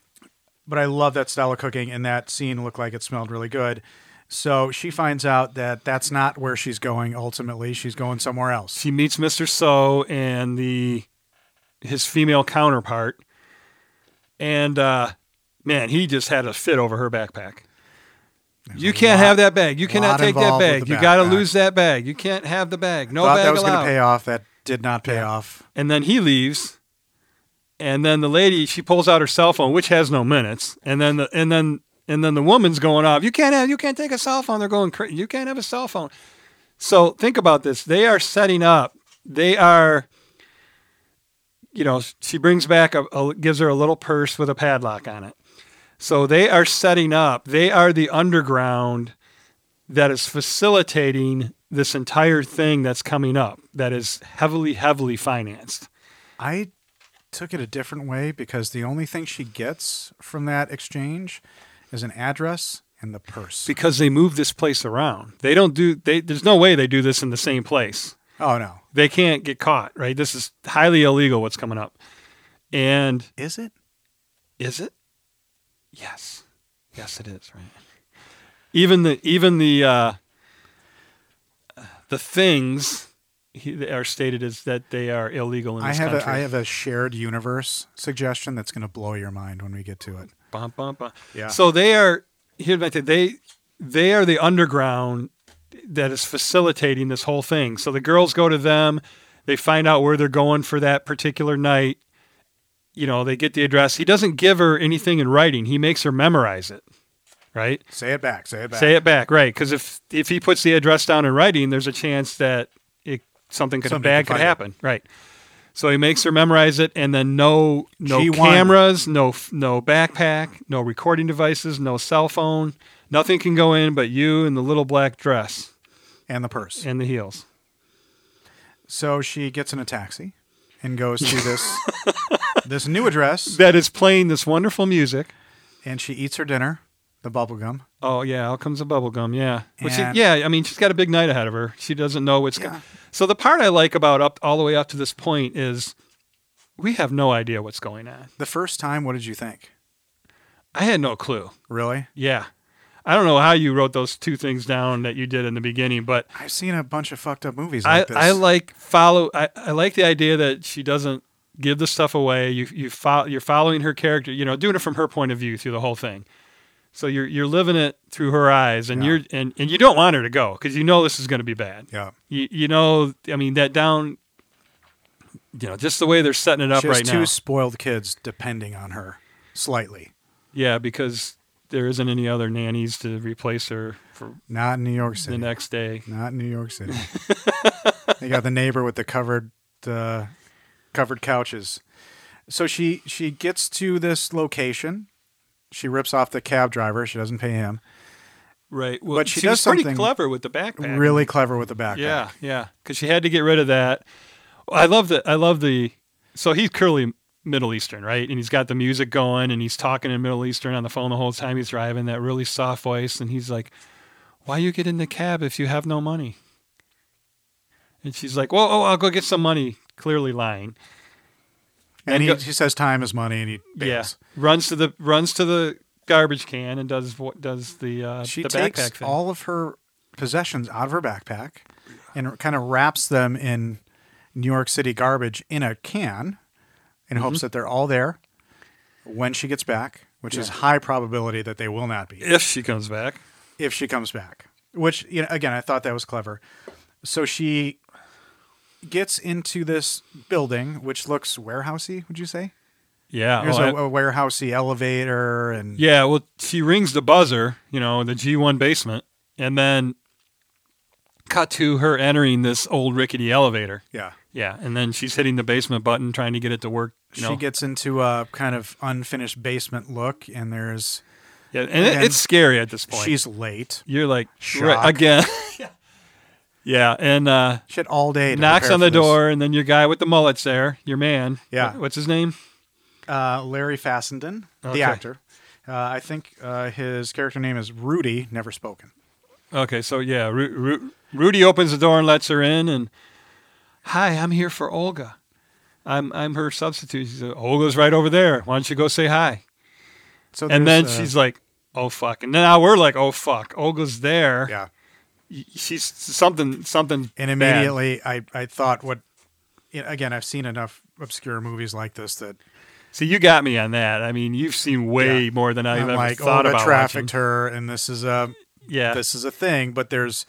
but I love that style of cooking, and that scene looked like it smelled really good. So she finds out that that's not where she's going. Ultimately, she's going somewhere else. She meets Mr. So and the his female counterpart. And uh, man, he just had a fit over her backpack. you can't lot- have that bag. You cannot lot take that involved with bag. the You got to backpack. lose that bag. You can't have the bag. No Thought bag that was allowed. to pay off. That did not pay off. And then he leaves. And then the lady, she pulls out her cell phone, which has no minutes. And then the and then and then the woman's going off. You can't have. You can't take a cell phone. They're going. cra- You can't have a cell phone. So think about this. They are setting up. They are. You know, she brings back a, a gives her a little purse with a padlock on it. So they are setting up. They are the underground that is facilitating this entire thing that's coming up. That is heavily, heavily financed. I took it a different way because the only thing she gets from that exchange is an address and the purse. because they move this place around. They don't do they there's no way they do this in the same place. Oh no, They can't get caught, right? This is highly illegal what's coming up. And Is it? is it? Yes. Yes, it is, right? Even the even the uh, the things he- are stated as that they are illegal in I this have a, country. I have a shared universe suggestion that's going to blow your mind when we get to it. Bum, bum, bum. Yeah. So they are here's my thing. They they are the underground that is facilitating this whole thing. So the girls go to them. They find out where they're going for that particular night. You know, they get the address. He doesn't give her anything in writing. He makes her memorize it. Right? Say it back. Say it back. Say it back, right? Because if if he puts the address down in writing, there's a chance that it something could Somebody bad could could find it. happen, right? So he makes her memorize it, and then no no She won. cameras, no f- no backpack, no recording devices, no cell phone, nothing can go in but you and the little black dress And the purse. and the heels. So she gets in a taxi and goes to this this new address, That is playing this wonderful music. and she eats her dinner, the bubble gum. Oh yeah, out comes the bubble gum. Yeah, But she- And- yeah. I mean, she's got a big night ahead of her. She doesn't know what's. Yeah. Go- so the part I like about up all the way up to this point is, we have no idea what's going on. The first time, what did you think? I had no clue. Really? Yeah, I don't know how you wrote those two things down that you did in the beginning, but I've seen a bunch of fucked up movies I, like this. I like follow. I, I like the idea that she doesn't give the stuff away. You you fo- you're following her character. You know, doing it from her point of view through the whole thing. So you're you're living it through her eyes, and Yeah. you're and, and you don't want her to go because you know this is going to be bad. yeah. You you know, I mean that down. You know, just the way they're setting it up She has right two now. spoiled kids depending on her slightly. Yeah, because there isn't any other nannies to replace her for Not in New York the City. next day. Not in New York City. they got the neighbor with the covered uh, covered couches. So she she gets to this location. She rips off the cab driver. She doesn't pay him. Right. Well, But she was does pretty something clever with the backpack. Really clever with the backpack. Yeah, yeah. Because she had to get rid of that. I love the. I love the. So he's clearly Middle Eastern, right? And he's got the music going, and he's talking in Middle Eastern on the phone the whole time he's driving. That really soft voice, and he's like, "Why you get in the cab if you have no money?" And she's like, "Well, oh, I'll go get some money." Clearly lying. And And he, go- he says time is money, and he bails. Yeah. Runs to the runs to the garbage can and does what does the uh, She the takes backpack thing. all of her possessions out of her backpack and kind of wraps them in New York City garbage in a can in Mm-hmm. hopes that they're all there when she gets back, which is high probability that they will not be if she comes back. if she comes back. Which you know, again, I thought that was clever. So she gets into this building, which looks warehousey. Would you say? Yeah. There's oh, I- a, a warehousey elevator, and Yeah, well, she rings the buzzer, you know, the G1 basement, and then cut to her entering this old rickety elevator. yeah. Yeah, and then she's hitting the basement button trying to get it to work. You know? She gets into a kind of unfinished basement look, and there's yeah, and it, and it's scary at this point. she's late. You're like Shock. right, again. yeah, and uh, She had all day. to knocks prepare on the for this. door, and then your guy with the mullet's there, your man. Yeah. What- what's his name? Uh, Larry Fassenden, Okay. the actor. Uh, I think uh, his character name is Rudy. Never spoken. Okay, so yeah, Ru- Ru- Rudy opens the door and lets her in, and hi, I'm here for Olga. I'm I'm her substitute. She said, Olga's right over there. Why don't you go say hi? So and then there's, uh, she's like, oh fuck. And now we're like, oh fuck, Olga's there. yeah. Y- She's something something. And bad. immediately, I, I thought what, you know, again, I've seen enough obscure movies like this that See, you got me on that. I mean, you've seen way Yeah. more than I've I'm ever like, thought oh, about. I trafficked watching. her, and this is a Yeah. this is a thing. But there's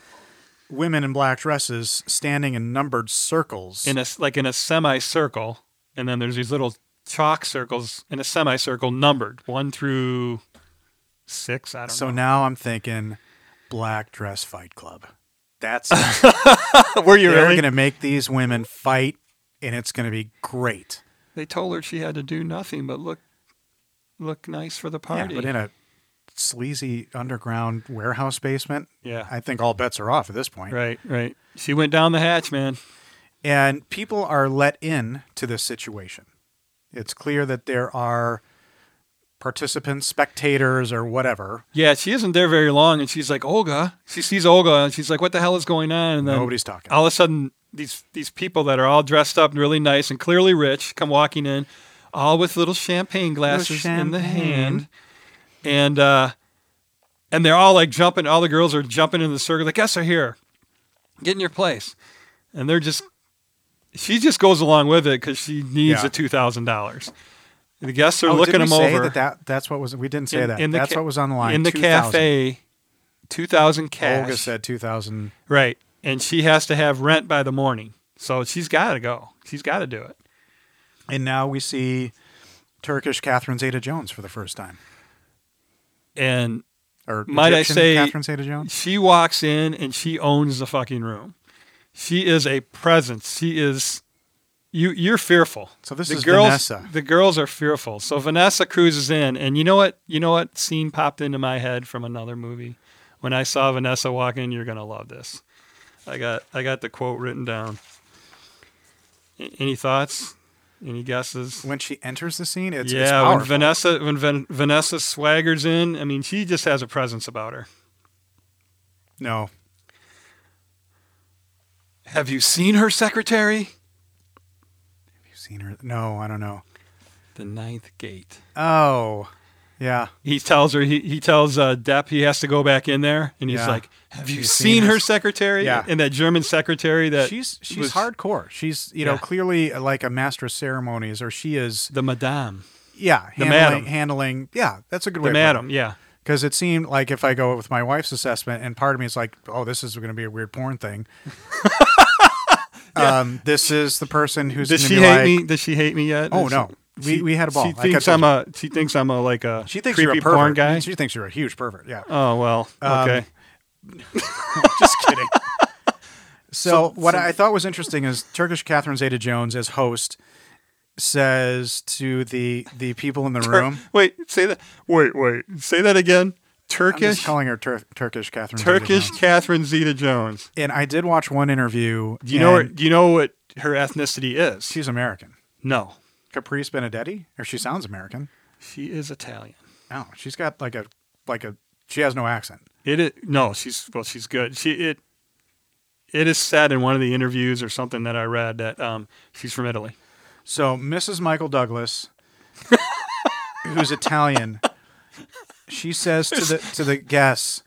women in black dresses standing in numbered circles. in a s- like in a semicircle, and then there's these little chalk circles in a semicircle numbered one through six. I don't so know. now I'm thinking, black dress fight club. That's Were you they're really? going to make these women fight, and it's going to be great. they told her she had to do nothing but look, look nice for the Yeah, party. but in a sleazy underground warehouse basement, Yeah. I think all bets are off at this point. right, right. She went down the hatch, man. and people are let in to this situation. It's clear that there are participants, spectators, or whatever. Yeah, she isn't there very long, and she's like Olga. She sees Olga, and she's like, "What the hell is going on?" And then Nobody's talking. all of a sudden, these these people that are all dressed up and really nice and clearly rich come walking in, all with little champagne glasses in the hand, and uh, and they're all like jumping. All the girls are jumping in the circle. The guests are here. Get in your place, and they're just. She just goes along with it because she needs Yeah. the two thousand dollars. The guests are Oh, looking did we them say over That, that that's what was. We didn't say In- that. in the that's ca- what was on the line. in the 2,000. cafe. Two thousand cash. Olga said two thousand. Right. And she has to have rent by the morning. So she's got to go. She's got to do it. And now we see Turkish Catherine Zeta Jones for the first time. And Or Might I Egyptian say- Catherine Zeta Jones? she walks in and she owns the fucking room. She is a presence. She is you you're fearful. So this the is girls, Vanessa. The girls are fearful. So Vanessa cruises in and you know what you know what scene popped into my head from another movie? When I saw Vanessa walk in, you're gonna love this. I got I got the quote written down. A- Any thoughts? Any guesses? When she enters the scene, it's it's yeah, when powerful. Vanessa when Van, Vanessa swaggers in, I mean, she just has a presence about her. No, Have you seen her secretary? you've seen her. No, I don't know. The ninth gate. Oh, yeah. He tells her he, he tells uh, Depp he has to go back in there, and he's Yeah. like, "Have you seen seen her her s- secretary?" Yeah. and that German secretary that she's she's Uh, was hardcore. She's you know Yeah. clearly uh, like a master of ceremonies, or she is the madame, yeah The handling, madam. handling. Yeah, that's a good the way. madam, yeah, Because it seemed like if I go with my wife's assessment, and part of me is like, oh, this is going to be a weird porn thing. um, this is the person who's Does going to she be hate like, me? Does she hate me yet? oh Is- no, we, she- we had a ball. She Like I thinks I'm told a. She thinks I'm a like a. you. she thinks creepy you're a pervert. porn guy. She Um, thinks you're a huge pervert. Yeah, oh well. Okay. just kidding. So, what I thought was interesting is Turkish Catherine Zeta-Jones as host says to the the people in the Tur- room. Wait, say that. Wait, wait. Say that again. I'm just Turkish, calling her Tur- Turkish Catherine. Turkish Zeta-Jones. Catherine Zeta Jones. And I did watch one interview. Do you know? Her, and do you know what her ethnicity is? She's American. no, Caprice Benedetti, or she sounds American. she is Italian. No, she's got like a like a. She has no accent. It is no. She's well. She's good. She it. It is said in one of the interviews or something that I read that um, she's from Italy. So Mrs. Michael Douglas, who's Italian, she says to the to the guests,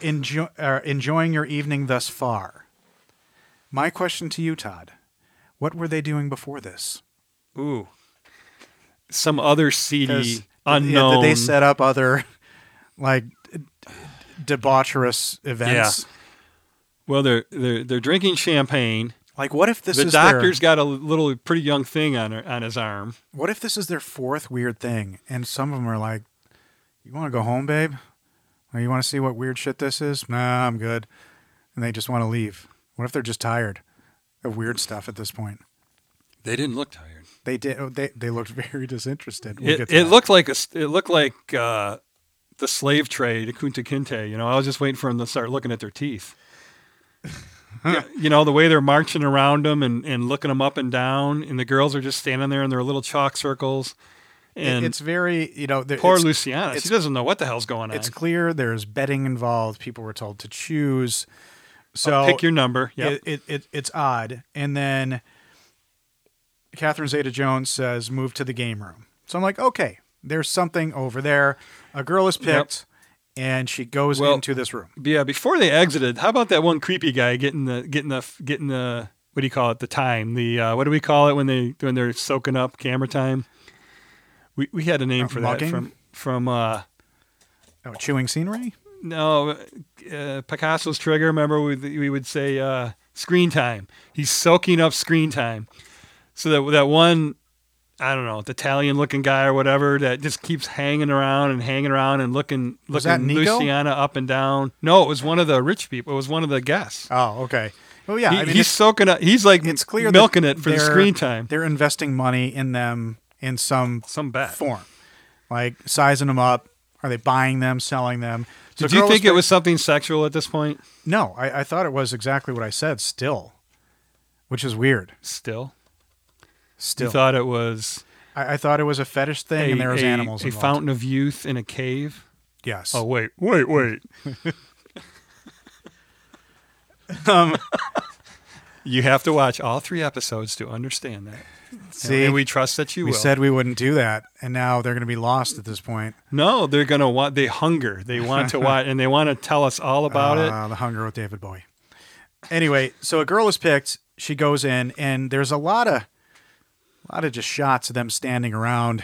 Enjoy, uh, "Enjoying your evening thus far." My question to you, Todd, what were they doing before this? Ooh, some other 'Cause, seedy yeah, did unknown. they set up other like d- debaucherous events? well, they're they're they're drinking champagne. Like, what if this the is doctor's their, got a little pretty young thing on her, on his arm. what if this is their fourth weird thing, and some of them are like, "You want to go home, babe? Or you want to see what weird shit this is? Nah, I'm good." And they just want to leave. What if they're just tired of weird stuff at this point? They didn't look tired. They did. oh, They they looked very disinterested. We'll it, get to it that. looked like a, s- it looked like uh, the slave trade, Kunta Kinte. You know, I was just waiting for them to start looking at their teeth. Yeah, you know the way they're marching around them and, and looking them up and down, and the girls are just standing there in their little chalk circles. It- And it's very you know. there- poor it's, Luciana, it's- she doesn't know what the hell's going on. It's clear there's betting involved. People were told to choose. So Pick your number. Yep. it, it, it it's odd. And then Catherine Zeta Jones says, move to the game room. So I'm like, okay, there's something over there. A girl is picked and she goes Well- into this room. yeah. Before they exited, how about that one creepy guy getting the getting the getting the what do you call it? The time. The uh, what do we call it when they when they're soaking up camera time? We we had a name Uh, for mugging? that from from uh, Oh, chewing scenery? no uh, Picasso's trigger. Remember we we would say uh, screen time. He's soaking up screen time. So that that one. I don't know, Italian looking guy or whatever that just keeps hanging around and hanging around and looking Was looking that Nico? Luciana up and down. No, it was one of the rich people. It was one of the guests. Oh, okay. Well, yeah, He- I mean, he's it's, soaking up. He's like it's clear that milking it for the they're- screen time. They're investing money in them in some Some bet. form, like sizing them up. Are they buying them, selling them? So Did you girl think it picked- was something sexual at this point? No, I, I thought it was exactly what I said. Still, which is weird. Still, Still, you thought it was I, I thought it was a fetish thing, a, and there was a- animals. a involved. fountain of youth in a cave. Yes. Oh wait, wait, Um, wait. You have to watch all three episodes to understand that. See, and we, we trust that you we will. said we wouldn't do that, and now they're going to be lost at this point. no, they're gonna want. They hunger. They want to watch, and they want to tell us all about it. Uh, the Hunger with David Bowie. Anyway, so a girl is picked. She goes in, and there's a lot of, a lot of just shots of them standing around.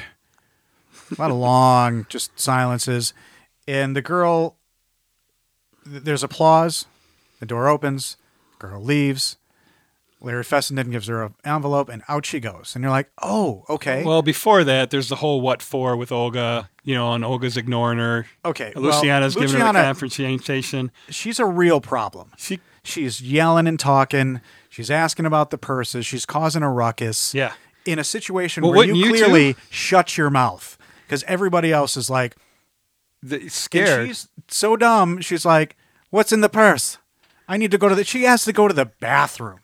A lot of long, just silences, and the girl. th- There's applause. The door opens. Girl leaves. Larry Fessenden gives her an envelope, and out she goes. And you're like, "Oh, okay, Well, before that, there's the whole what for with Olga, you know, and Olga's ignoring her. okay." well, Luciana's giving her Luciana, a confrontation. she's a real problem. She, She's yelling and talking. She's asking about the purses. She's causing a ruckus. yeah, In a situation Well, where you, wouldn't you clearly shut your mouth because everybody else is like, the, and scared. she's so dumb. She's like, what's in the purse? I need to go to the. She has to go to the bathroom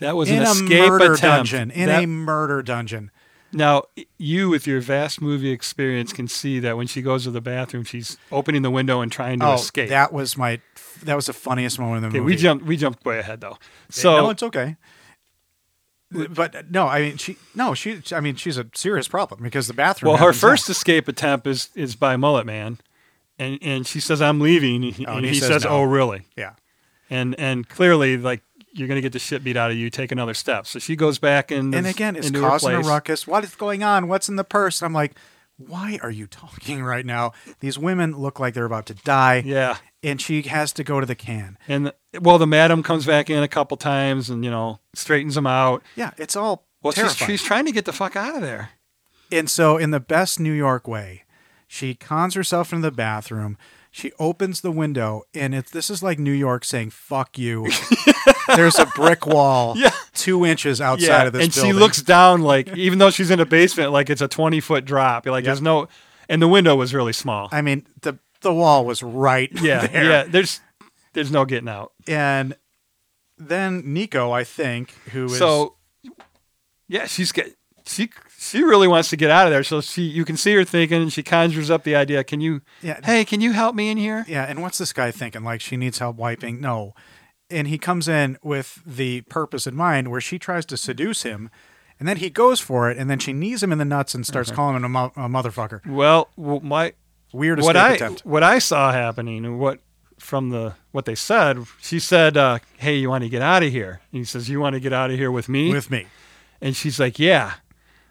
That was in an a escape murder attempt. dungeon. In That- a murder dungeon. now, you with your vast movie experience can see that when she goes to the bathroom, she's opening the window and trying to Oh, escape. that was my. That was the funniest moment in the okay, movie. we jumped. We jumped way ahead though. So no, it's okay. But uh, no, I mean she. No, she. I mean she's a serious problem because the bathroom. Well, her happens first next. escape attempt is is by Mullet Man, and and she says, "I'm leaving," and he, Oh, and he says, "Oh, really?" Yeah. And and clearly, like you're gonna get the shit beat out of you. Take another step. So she goes back and and again, it's into her causing a place. ruckus. What is going on? What's in the purse? And I'm like, why are you talking right now? These women look like they're about to die, Yeah, and she has to go to the can. and well, the madam comes back in a couple times and you know straightens him out. Yeah, it's all Well, she's, terrifying. she's trying to get the fuck out of there. and so, in the best New York way, she cons herself into the bathroom. She opens the window, and it's this is like New York saying "fuck you." There's a brick wall, Yeah. two inches outside of this, and she building. looks down like even though she's in a basement, like it's a twenty foot drop. Like there's no, and the window was really small. I mean, the the wall was right yeah, there. yeah. There's there's no getting out. and then Nico, I think, who is So, yeah, she's get she she really wants to get out of there. So she you can see her thinking, and she conjures up the idea. Can you? Yeah. Hey, can you help me in here? yeah, and what's this guy thinking? Like she needs help wiping? No, and he comes in with the purpose in mind, where she tries to seduce him, and then he goes for it, and then she knees him in the nuts and Mm-hmm. starts calling him a, mo- a motherfucker. Well, w- my Weird what escape I attempt. what I saw happening and what from the what they said, she said, uh, "Hey, you want to get out of here?" And he says, "You want to get out of here with me?" With me, And she's like, Yeah.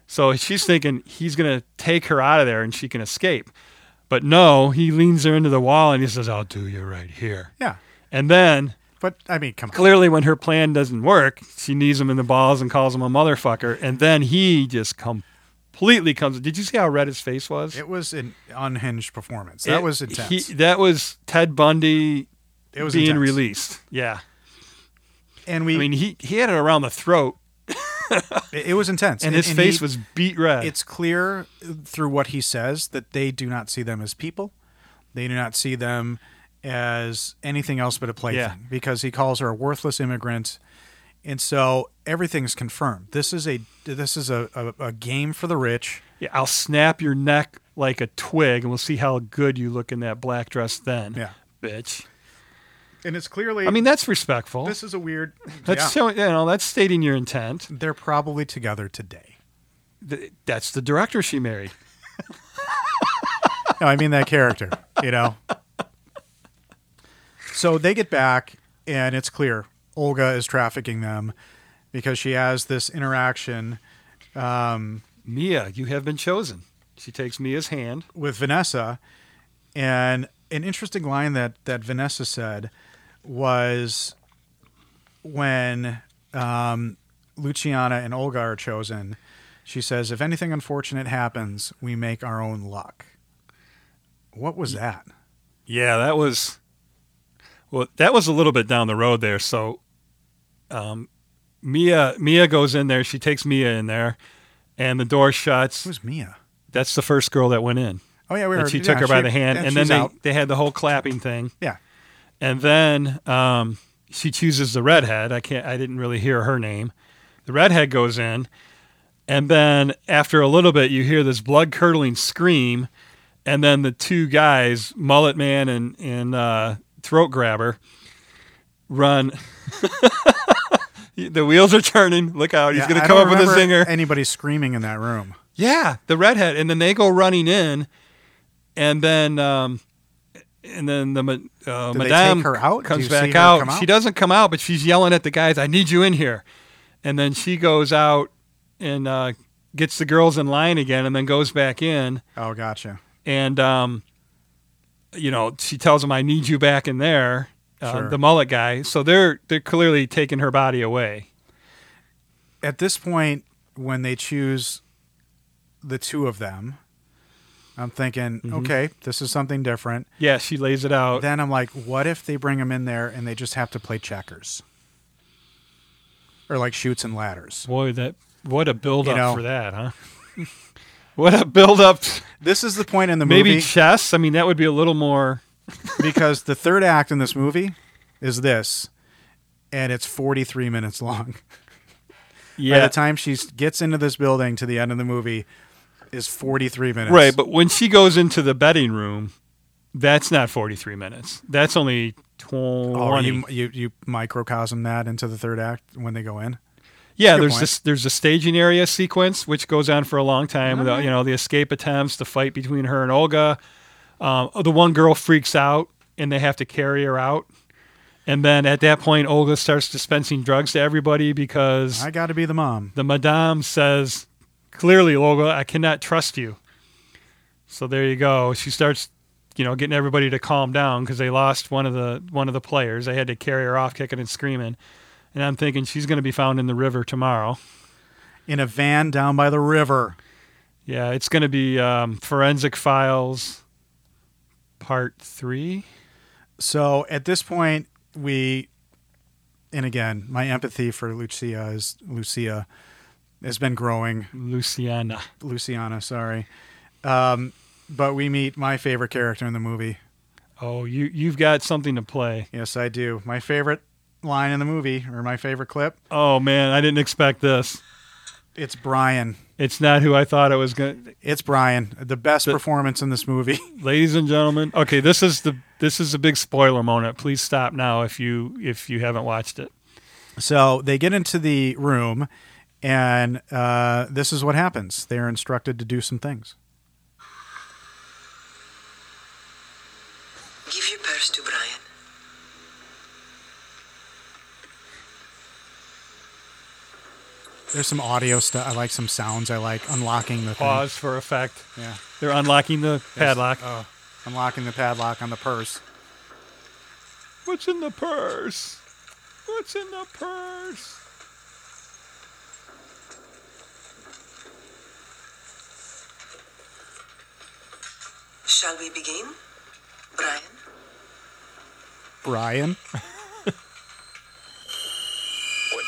So she's thinking he's going to take her out of there and she can escape. But no, he leans her into the wall and he says, I'll do you right here. yeah. And then But I mean, come on. clearly, when her plan doesn't work, she knees him in the balls and calls him a motherfucker. And then he just completely comes. Did you see how red his face was? It was an unhinged performance. That It- was he- intense. that was Ted Bundy it was being intense. released. Yeah. and we. I mean, he, he had it around the throat it it was intense, and his face he- was beat red. it's clear through what he says that they do not see them as people. They do not see them as anything else but a plaything Yeah. because he calls her a worthless immigrant. And so everything's confirmed. This is a this is a, a, a game for the rich. Yeah, I'll snap your neck like a twig, and we'll see how good you look in that black dress then. Yeah. bitch. And it's clearly I mean, that's respectful. this is a weird that's yeah. showing, you know, that's stating your intent. they're probably together today. Th- That's the director she married. No, I mean that character, you know. So they get back, and it's clear Olga is trafficking them because she has this interaction Mia, you have been chosen. She takes Mia's hand. with Vanessa, and an interesting line that that Vanessa said was when um, Luciana and Olga are chosen. She says, "If anything unfortunate happens, we make our own luck." What was that? Yeah, that was. Well, that was a little bit down the road there. So, um, Mia Mia goes in there. She takes Mia in there, and the door shuts. Who's Mia? That's the first girl that went in. Oh yeah, we were. and she yeah, took her by she- the hand, yeah, and then she's they, out. they had the whole clapping thing, Yeah. and then um, she chooses the redhead. I can't, I didn't really hear her name. The redhead goes in, and then after a little bit, you hear this blood curdling scream, and then the two guys, Mullet Man and and uh, Throat Grabber, run. The wheels are turning. Look out! He's Yeah, going I to come don't up with a remember zinger. Anybody screaming in that room? Yeah, the redhead, and then they go running in, and then um, and then the ma- uh, Do they madame take her out? Do comes you back see her out. come out? She doesn't come out, but she's yelling at the guys, "I need you in here," and then she goes out and uh, gets the girls in line again, and then goes back in, Oh, gotcha. and um, you know she tells him, "I need you back in there." Uh, Sure. The mullet guy, so they're they're clearly taking her body away. At this point, when they choose the two of them, I'm thinking, Mm-hmm. okay, this is something different. Yeah, she lays it out. Then I'm like, what if they bring them in there and they just have to play checkers, or like shoots and ladders? Boy, that what a build up You know. for that, huh? what a build up. This is the point in the Maybe movie chess. I mean, that would be a little more. because the third act in this movie is this, and it's 43 minutes long. Yeah, By the time she s- gets into this building to the end of the movie, is 43 minutes. right. But when she goes into the betting room, that's not forty three minutes. That's only twenty. Oh, you, you you microcosm that into the third act when they go in. yeah, good there's point. this. There's a staging area sequence which goes on for a long time. The, you know, the escape attempts, the fight between her and Olga. Um, the one girl freaks out, and they have to carry her out. And then at that point, Olga starts dispensing drugs to everybody because I got to be the mom. the madame says clearly logo i cannot trust you so there you go she starts you know getting everybody to calm down because they lost one of the one of the players they had to carry her off kicking and screaming and i'm thinking she's going to be found in the river tomorrow in a van down by the river. yeah it's going to be um, forensic files part three So at this point, we, and again, my empathy for Lucia is Lucia has been growing. luciana Luciana, sorry, um, but we meet my favorite character in the movie. oh you you've got something to play Yes, I do. My favorite line in the movie, or my favorite clip, oh man i didn't expect this it's Brian. it's not who i thought it was going to It's Brian. The best performance in this movie. ladies and gentlemen okay this is the this is a big spoiler moment please stop now if you if you haven't watched it So they get into the room, and uh, this is what happens. They are instructed to do some things. Give your purse to Brian. There's some audio stuff. I like some sounds. I like unlocking the thing. pause for effect Yeah. they're unlocking the padlock Oh, unlocking the padlock on the purse. what's in the purse what's in the purse Shall we begin? Brian? Brian. What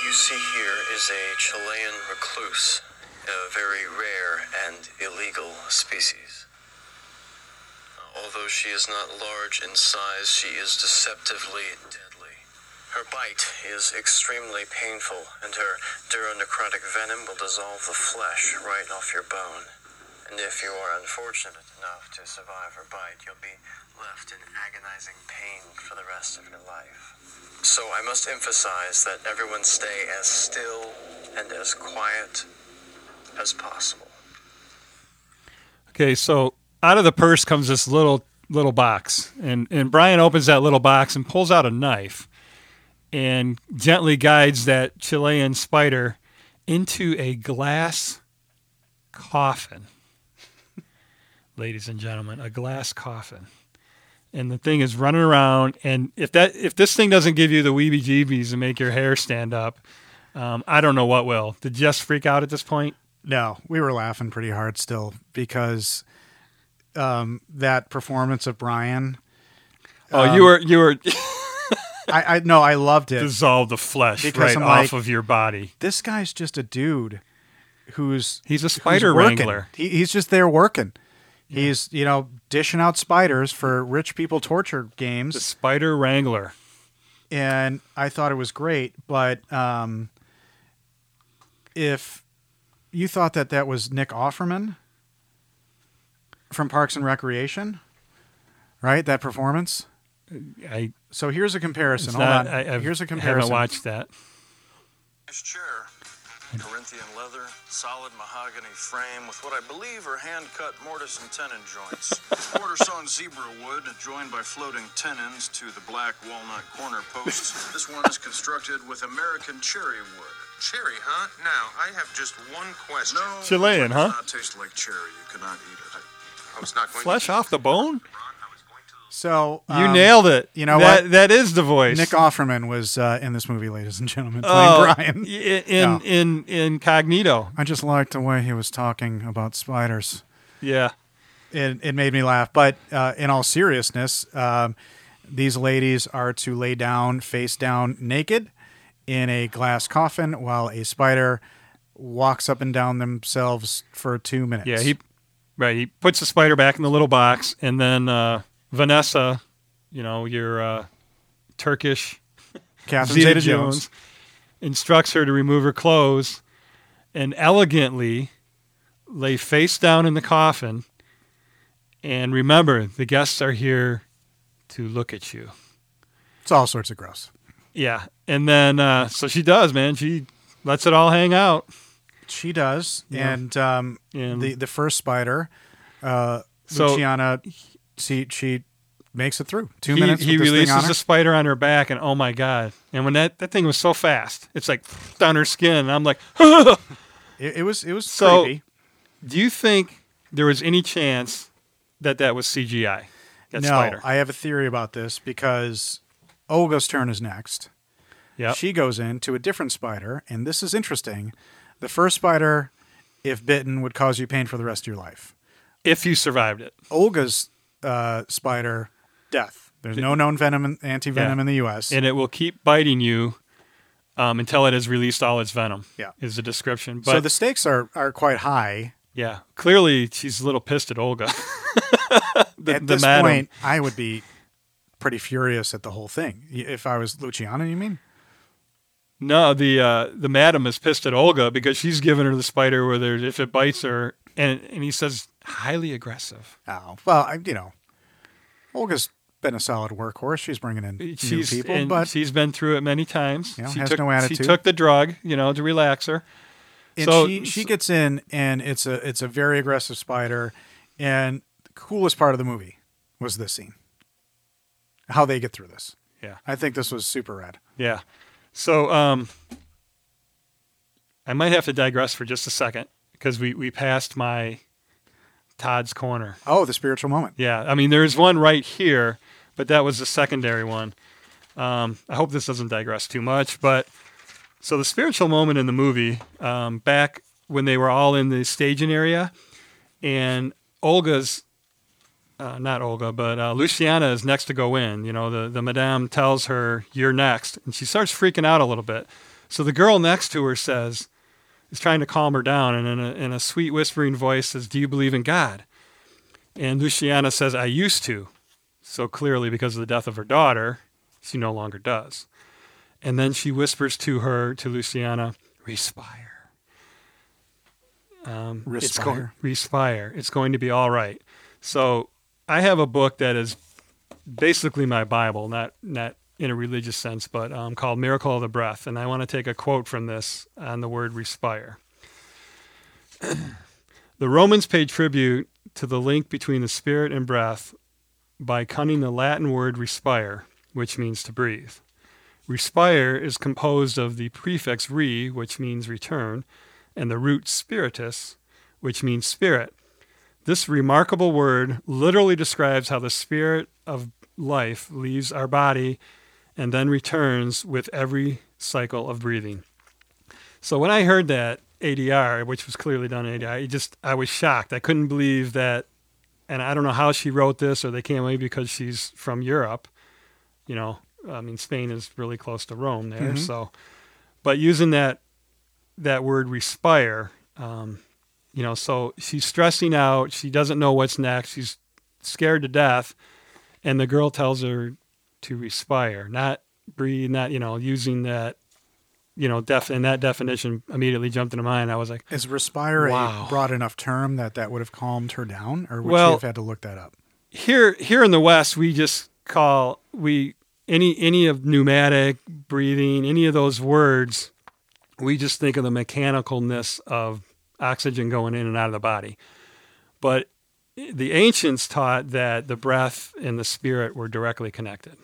you see here is a Chilean recluse, a very rare and illegal species. Although she is not large in size, she is deceptively deadly. Her bite is extremely painful, and her duronecrotic venom will dissolve the flesh right off your bone. And if you are unfortunate enough to survive her bite, you'll be left in agonizing pain for the rest of your life. So I must emphasize that everyone stay as still and as quiet as possible. okay so out of the purse comes this little little box and and brian opens that little box and pulls out a knife and gently guides that chilean spider into a glass coffin ladies and gentlemen a glass coffin and the thing is running around and if that if this thing doesn't give you the weebie jeebies and make your hair stand up um, i don't know what will did jess freak out at this point No, we were laughing pretty hard still because um, that performance of Brian. oh you were you were I, I no, I loved it. dissolve the flesh Because right I'm off like- of your body. This guy's just a dude who's He's a who's spider working. wrangler. He, he's just there working. He's you know dishing out spiders for rich people torture games. The spider wrangler. and I thought it was great. But um, if you thought that that was Nick Offerman from Parks and Recreation, right? That performance. I, So here's a comparison. it's Hold not, on. I I've- here's I a haven't comparison. watched that. Nice chair. Corinthian leather, solid mahogany frame with what I believe are hand cut mortise and tenon joints. Quarter sawn zebra wood joined by floating tenons to the black walnut corner posts. This one is constructed with American cherry wood. Cherry, huh? Now, I have just one question. No, Chilean, it huh? does not taste like cherry. You cannot eat it. I was not going Flesh off the bone? to. Ron, I was going to. So You um, nailed it. you know that, what? That is the voice. Nick Offerman was uh, in this movie, ladies and gentlemen, playing Oh, Brian. i- in, Yeah. in incognito. I just liked the way he was talking about spiders. Yeah. It, it made me laugh. But uh, in all seriousness, um, these ladies are to lay down face down naked in a glass coffin while a spider walks up and down themselves for two minutes. Yeah, he right. He puts the spider back in the little box, and then uh, Vanessa, you know, your uh, Turkish Catherine Zeta Zeta Jones Jones. instructs her to remove her clothes and elegantly lay face down in the coffin. And remember, the guests are here to look at you. It's all sorts of gross. Yeah, and then uh, so she does, man. She lets it all hang out. She does, Yeah. and um, And the the first spider, uh, So- Luciana, she she makes it through two he, minutes. he with this releases thing on her. the spider on her back, and oh my god! And when that that thing was so fast, it's like down her skin, and I'm like, It, it was it was So- creepy. do you think there was any chance that that was CGI? That no, spider. I have a theory about this because Olga's turn is next. Yep. She goes in to a different spider, and this is interesting. The first spider, if bitten, would cause you pain for the rest of your life. if you survived it, Olga's uh, spider, death. There's no known venom, anti venom Yeah. in the U.S. and it will keep biting you um, until it has released all its venom. Yeah. is the description. But so the stakes are are quite high. yeah, clearly she's a little pissed at Olga. the, at the this madam. point, I would be pretty furious at the whole thing. Y- If I was Luciana, you mean? No, the uh, the madam is pissed at Olga because she's giving her the spider where there, if it bites her, and and he says highly aggressive. Oh, well, I, you know, Olga's been a solid workhorse. She's bringing in new She's people, and but she's been through it many times. You know, she has took, no She attitude. took the drug, you know, to relax her. and so- she she gets in, and it's a it's a very aggressive spider. And the coolest part of the movie was this scene. How they get through this. Yeah. I think this was super rad. Yeah. So um, I might have to digress for just a second because we we passed my Todd's corner. Oh, the spiritual moment. Yeah, I mean, there's one right here, but that was the secondary one. Um, I hope this doesn't digress too much, but so the spiritual moment in the movie, um, back when they were all in the staging area, and Olga's, uh, not Olga, but uh, Luciana is next to go in. You know, the the madame tells her, "You're next," and she starts freaking out a little bit. So the girl next to her says, is trying to calm her down, and in a, in a sweet whispering voice says, "Do you believe in God?" And Luciana says, I used to. So clearly, because of the death of her daughter, she no longer does. And then she whispers to her, to Luciana, respire. Um, It's Respire. going, respire. It's going to be all right. So I have a book that is basically my Bible, not, not in a religious sense, but um, called Miracle of the Breath. And I want to take a quote from this on the word respire. The Romans paid tribute to the link between the spirit and breath by cunning the Latin word respire, which means to breathe. Respire is composed of the prefix re, which means return, and the root spiritus, which means spirit. This remarkable word literally describes how the spirit of life leaves our body and then returns with every cycle of breathing. So when I heard that ADR, which was clearly done in ADR, it just I was shocked. I couldn't believe that, and I don't know how she wrote this, or they can't wait because she's from Europe. You know, I mean, Spain is really close to Rome there. So, but using that that word respire, um, you know, so she's stressing out. She doesn't know what's next. She's scared to death, and the girl tells her to respire, not breathe, not you know, using that you know, def and that definition immediately jumped into mine. I was like, Is respire Wow. a broad enough term that that would have calmed her down, or would Well- she have had to look that up? here, here in the West, we just call we any any of pneumatic breathing, any of those words, we just think of the mechanicalness of oxygen going in and out of the body. But the ancients taught that the breath and the spirit were directly connected.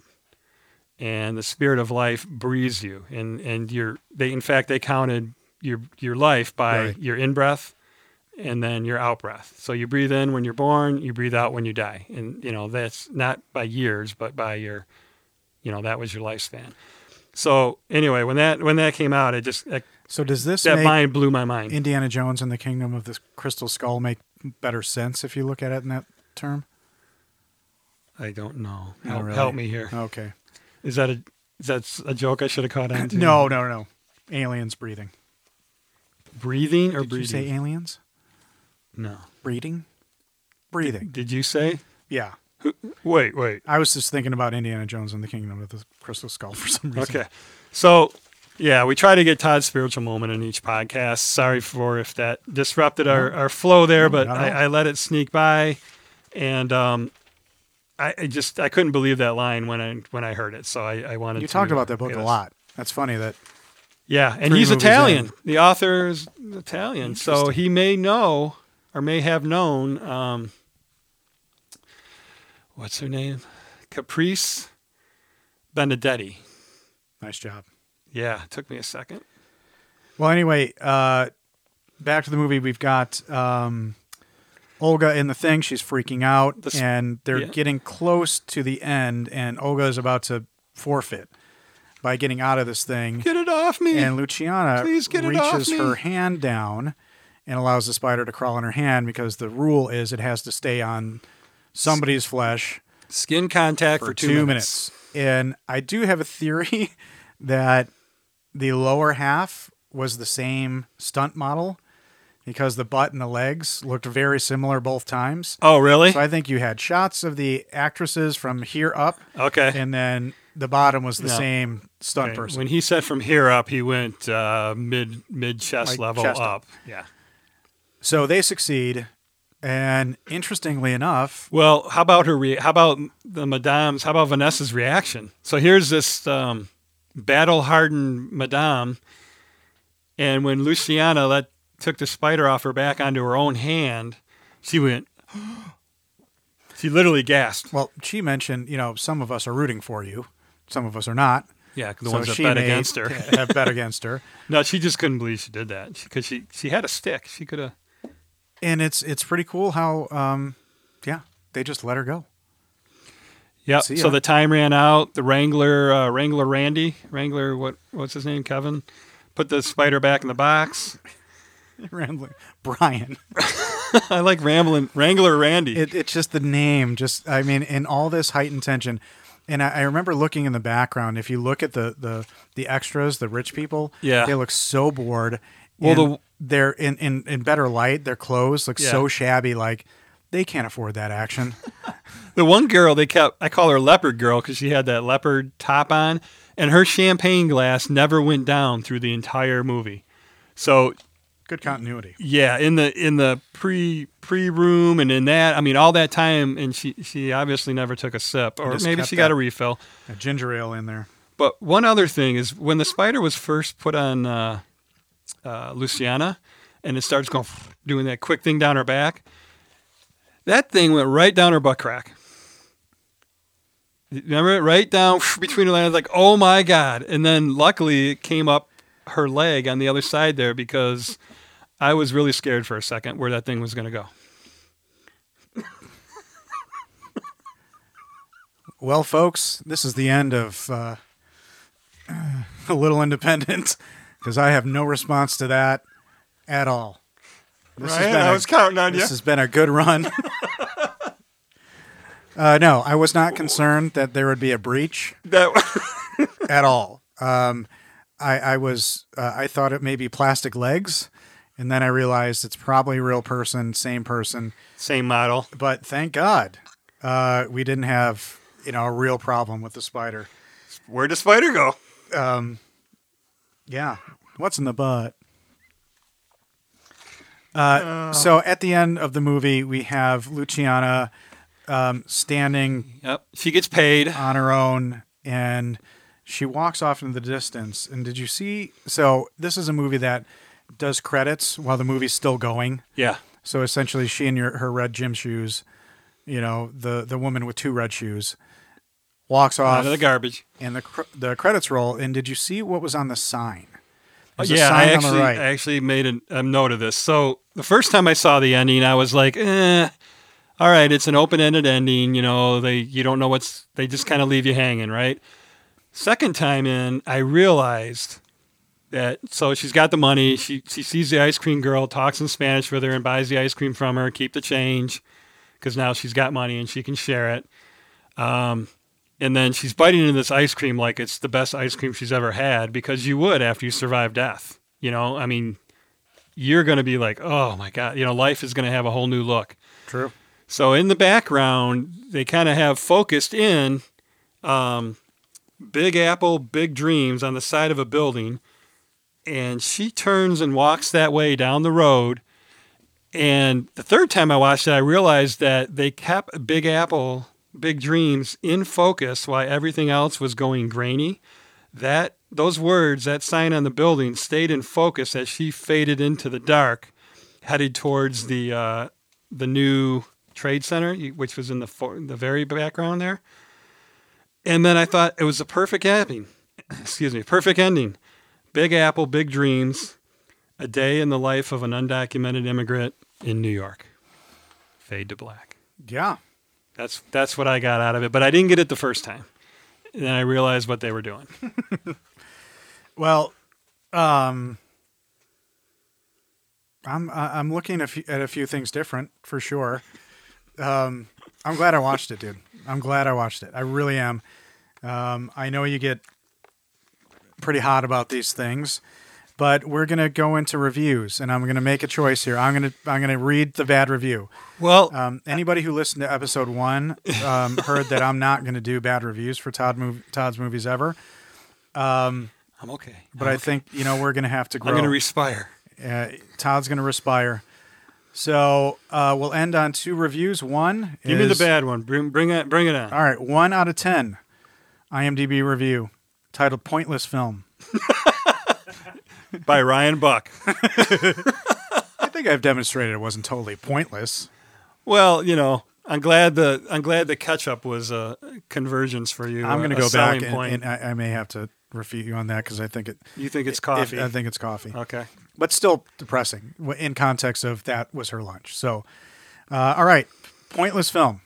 And the spirit of life breathes you and and your they in fact they counted your your life by Right. your in breath and then your out breath. So you breathe in when you're born, you breathe out when you die. And you know, that's not by years, but by your you know, that was your lifespan. So anyway, when that when that came out, it just that, So does this that make mind blew my mind. Indiana Jones and the Kingdom of the Crystal Skull make better sense if you look at it in that term? I don't know. Not Help, really. help me here. Okay. Is that a is that a joke I should have caught on to? No, no, no. Aliens breathing. breathing or Did you breathing? say aliens? no. Breathing? Breathing. Did you say? Yeah. Wait, wait. I was just thinking about Indiana Jones and the Kingdom of the Crystal Skull for some reason. Okay. So, yeah, we try to get Todd's spiritual moment in each podcast. Sorry for if that disrupted our, our flow there, but not at all. I, I let it sneak by, and um, I, I just I couldn't believe that line when I when I heard it. So I, I wanted You to- talked about that book yeah, a that's- lot. That's funny that Yeah, and Three he's movies Italian. in. The author is Italian, so he may know or may have known. Um, what's her name? Caprice Benedetti. nice job. Yeah, it took me a second. Well, anyway, uh, back to the movie. We've got um, Olga in the thing. She's freaking out, The sp- and they're yeah. getting close to the end, and Olga is about to forfeit by getting out of this thing. Get it off me! And Luciana Please get it off reaches me. her hand down and allows the spider to crawl on her hand because the rule is it has to stay on somebody's flesh Skin contact for, for two, minutes. And I do have a theory that the lower half was the same stunt model because the butt and the legs looked very similar both times. Oh, really? So I think you had shots of the actresses from here up, okay. and then the bottom was the Yeah. same stunt Okay, person. When he said from here up, he went uh, mid mid chest Like level chest up. up. Yeah. So they succeed. And interestingly enough, Well, how about her? Re- how about the madame's? How about Vanessa's reaction? So here's this um, battle-hardened madame, and when Luciana let took the spider off her back onto her own hand, she went. she literally gasped. well, she mentioned, you know, some of us are rooting for you, some of us are not. Yeah, the So ones that she bet may against her. have bet against her. No, she just couldn't believe she did that because she, she had a stick. She could have. and it's it's pretty cool how um yeah they just let her go Yeah. See So ya. the time ran out. The Wrangler, uh, Wrangler Randy, Wrangler, what what's his name? Kevin, put the spider back in the box. rambling brian I like rambling Wrangler Randy. it, it's just the name just i mean in all this heightened tension and I, I remember looking in the background if you look at the the the extras the rich people Yeah. they look so bored Well, well the- the they're in, in in better light their clothes look Yeah. so shabby like they can't afford that action the one girl they kept, I call her Leopard Girl because she had that leopard top on, and her champagne glass never went down through the entire movie. So good continuity yeah, in the in the pre pre room and in that, I mean, all that time, and she she obviously never took a sip, or Just maybe kept she got that. a refill. a ginger ale in there But one other thing is when the spider was first put on uh, uh, Luciana and it starts going, doing that quick thing down her back, that thing went right down her butt crack. Remember it? Right down between her legs. I was like, oh my God. And then luckily it came up her leg on the other side there because I was really scared for a second where that thing was going to go. Well, folks, this is the end of uh, A Little Independent because I have no response to that at all. This has Ryan, been I a- was counting on This you. has been a good run. uh, no, I was not concerned that there would be a breach That, at all. Um, I, I was, uh, I thought it may be plastic legs, and then I realized it's probably real person, same person. Same model. But thank God uh, we didn't have, you know, a real problem with the spider. where'd the spider go? Yeah. What's in the butt? Uh, Oh. so at the end of the movie, we have Luciana um, standing Yep. She gets paid. on her own, and She walks off into the distance. And did you see? So this is a movie that does credits while the movie's still going. Yeah. So essentially, she in your, her red gym shoes, you know, the the woman with two red shoes, walks off, Out of the garbage. and the cr- the credits roll. And did you see what was on the sign? There's a yeah, sign I on the actually, right. I actually made a, a note of this. So the first time I saw the ending, I was like, eh, all right, it's an open-ended ending. You know, they you don't know what's they just kind of leave you hanging, right? Second time in, I realized that so she's got the money. She she sees the ice cream girl, talks in Spanish with her, and buys the ice cream from her. Keep the change because now she's got money and she can share it. Um, and then she's biting into this ice cream like it's the best ice cream she's ever had because you would after you survive death. You know, I mean, you're going to be like, oh my God, you know, life is going to have a whole new look. True. So in the background, they kind of have focused in um, Big Apple, Big Dreams on the side of a building. And she turns and walks that way down the road. And the third time I watched it, I realized that they kept Big Apple, Big Dreams in focus while everything else was going grainy. That those words, that sign on the building, stayed in focus as she faded into the dark, headed towards the uh, the new trade center, you- which was in the for- the very background there. And then I thought it was a perfect ending. Excuse me, perfect ending. Big Apple, big dreams. A day in the life of an undocumented immigrant in New York. Fade to black. Yeah. That's that's what I got out of it, but I didn't get it the first time. And then I realized what they were doing. Well, um, I'm I- I'm looking a few, at a few things different for sure. Um, I'm glad I watched it, dude. I'm glad I watched it. I really am. Um, I know you get pretty hot about these things, but we're gonna go into reviews, and I'm gonna make a choice here. I'm gonna I'm gonna read the bad review. Well, Um, anybody who listened to episode one um, heard that I'm not gonna do bad reviews for Todd mov- Todd's movies ever. I'm okay. But I think you know we're gonna have to grow. I'm going to respire. Uh, Todd's going to respire. So uh, we'll end on two reviews. One Give me the is- bad one. Bring bring it bring it on. All right, one out of ten. IMDb review titled "Pointless Film." By Ryan Buck. I think I've demonstrated it wasn't totally pointless. Well, you know, I'm glad the I'm glad the catch up was a convergence for you. I'm a- going to a go back selling and, point. and I, I may have to refute you on that because I think it. you think it's if- coffee? I think it's coffee. okay. but still depressing w- in context of that was her lunch. So, uh, all right, pointless film.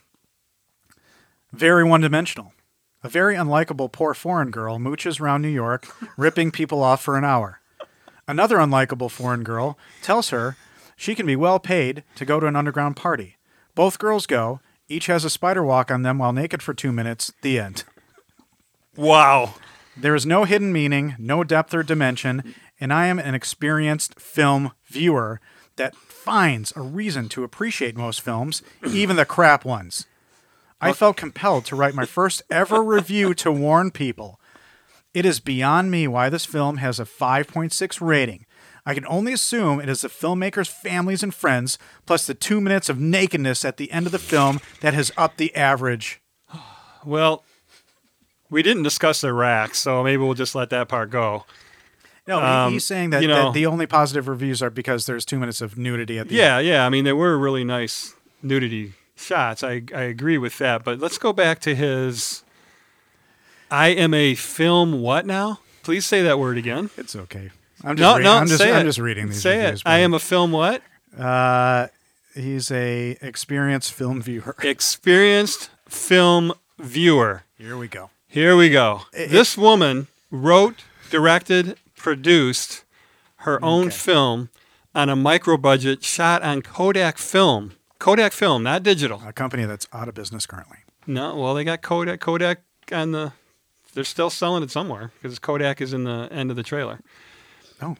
Very one dimensional. A very unlikable poor foreign girl mooches around New York, ripping people off for an hour. Another unlikable foreign girl tells her she can be well paid to go to an underground party. Both girls go, each has a spider walk on them while naked for two minutes. The end. Wow. There is no hidden meaning, no depth or dimension, and I am an experienced film viewer that finds a reason to appreciate most films, even the crap ones. I felt compelled to write my first ever review to warn people. It is beyond me why this film has a 5.6 rating. I can only assume it is the filmmaker's families and friends, plus the two minutes of nakedness at the end of the film that has upped the average. Well, we didn't discuss Iraq, so maybe we'll just let that part go. No, he- he's saying that, Um, you know- that the only positive reviews are because there's two minutes of nudity at the end. Yeah, yeah. I mean, there were really nice nudity shots. I I agree with that. But let's go back to his. I am a film. What now? Please say that word again. It's okay. I'm just No, reading, no. I'm just, say I'm it. just reading these Say reviews. it. I am a film. What? He's a experienced film viewer. Experienced film viewer. Here we go. Here we go. This woman wrote, directed, produced her own film on a micro budget shot on Kodak film. Kodak film, not digital. A company that's out of business currently. No, well, they got Kodak. Kodak on the. They're still selling it somewhere because Kodak is in the end of the trailer. Oh.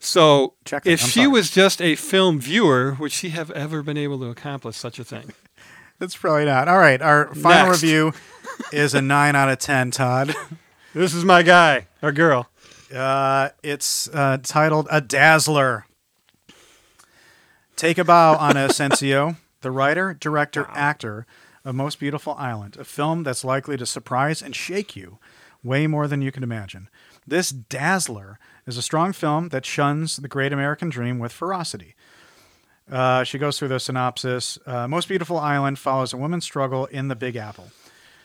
So Check that. if I'm she sorry. was just a film viewer, would she have ever been able to accomplish such a thing? That's probably not. All right. Our final Next. review is a 9 out of 10, Todd. this is my guy or girl. Uh, it's uh, titled A Dazzler. Take a bow, Ana Asensio, the writer, director, actor of Most Beautiful Island, a film that's likely to surprise and shake you way more than you can imagine. This Dazzler is a strong film that shuns the great American dream with ferocity. Uh, she goes through the synopsis. Uh, Most Beautiful Island follows a woman's struggle in the Big Apple.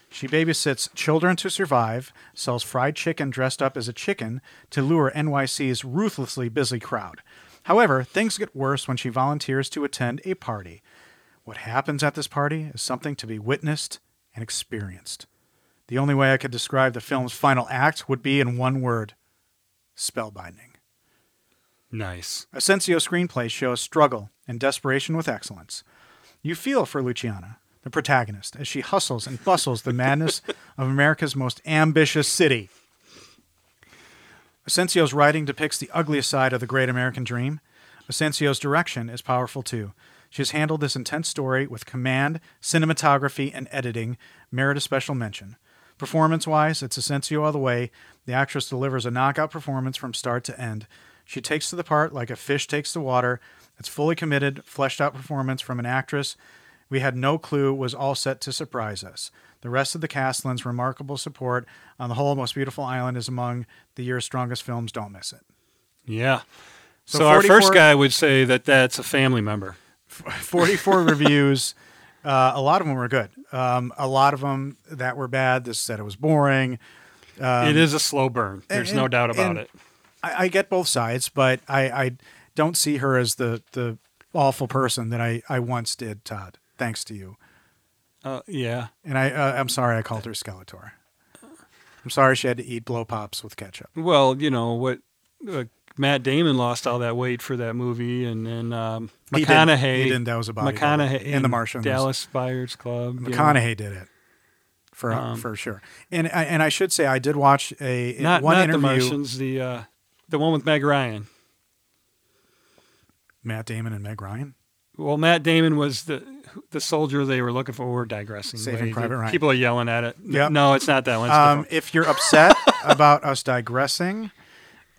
She babysits children to survive, sells fried chicken dressed up as a chicken to lure NYC's ruthlessly busy crowd. However, things get worse when she volunteers to attend a party. What happens at this party is something to be witnessed and experienced. The only way I could describe the film's final act would be in one word spellbinding. Nice. Asensio's screenplays show struggle and desperation with excellence. You feel for Luciana, the protagonist, as she hustles and bustles the madness of America's most ambitious city. Asensio's writing depicts the ugliest side of the great American dream. Asensio's direction is powerful too. She has handled this intense story with command, cinematography, and editing, merit a special mention. Performance wise, it's Asensio all the way. The actress delivers a knockout performance from start to end. She takes to the part like a fish takes to water. It's fully committed, fleshed out performance from an actress we had no clue was all set to surprise us. The rest of the cast lends remarkable support. On the whole, Most Beautiful Island is among the year's strongest films. Don't miss it. Yeah. So So, our 44 first guy would say that that's a family member. 44 reviews. Uh, a lot of them were good. Um, a lot of them that were bad. This said it was boring. it is a slow burn. There's no and- doubt about and- it. I, I get both sides, but I, I don't see her as the, the awful person that I, I once did, Todd. Thanks to you. Uh, yeah. And I, uh, I'm sorry I called her Skeletor. I'm sorry she had to eat blow pops with ketchup. Well, you know what? Uh, Matt Damon lost all that weight for that movie, and then um, McConaughey. He didn't. He didn't. That was a bodybuilder. McConaughey And in the Martians. Dallas Buyers Club. you know. McConaughey did it for uh, Um, for sure. And I, and I should say I did watch a Not one not the interview Martians. The uh, the one with Meg Ryan. Matt Damon and Meg Ryan. Well, Matt Damon was the the soldier they were looking for. We're digressing. Saving way. Private Ryan. People are yelling at it. N- Yep. No, it's not that one. It's Um, different. if you're upset about us digressing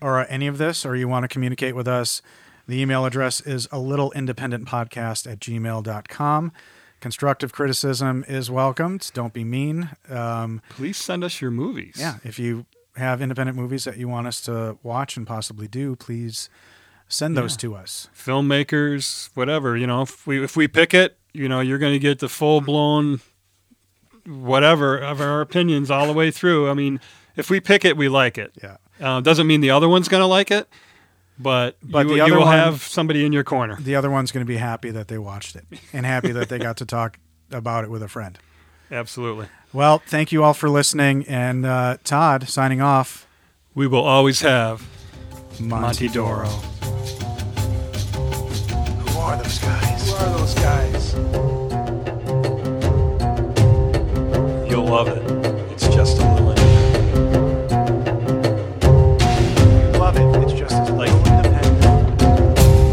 or any of this, or you want to communicate with us, the email address is a little independent podcast at gmail.com. Constructive criticism is welcomed. Don't be mean. Um, Please send us your movies. Yeah, if you have independent movies that you want us to watch and possibly do, please send those to us. filmmakers, whatever. You know, if we if we pick it, you know, you're going to get the full blown whatever of our opinions all the way through. I mean, if we pick it, we like it. Yeah. Uh, doesn't mean the other one's going to like it, but But you, the other you will one- have somebody in your corner. The other one's going to be happy that they watched it and happy that they got to talk about it with a friend. Absolutely. Well, thank you all for listening. And uh, Todd signing off. We will always have Monty, Monty Doro. Who are those guys? Who are those guys? You'll love it. It's just a little Love it. It's just as Like- independent.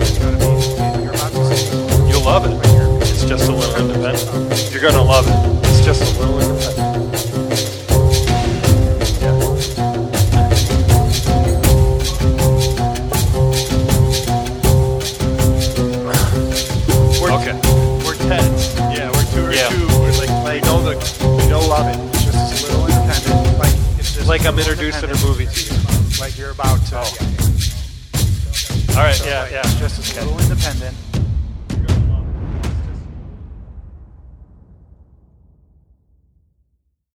It's gonna be- you're about to see it. You'll love it. It's just a little independent. You're gonna love it. It's just a little independent. We're, Okay. we're tense. Yeah, we're two or Yeah. two. We're like, like we know the, we know love it. It's just as little independent. Like it's just Like I'm a little introducing a independent. movie to you. Like you're about to. yeah. All right. So, Yeah. like, Yeah. It's just as little independent.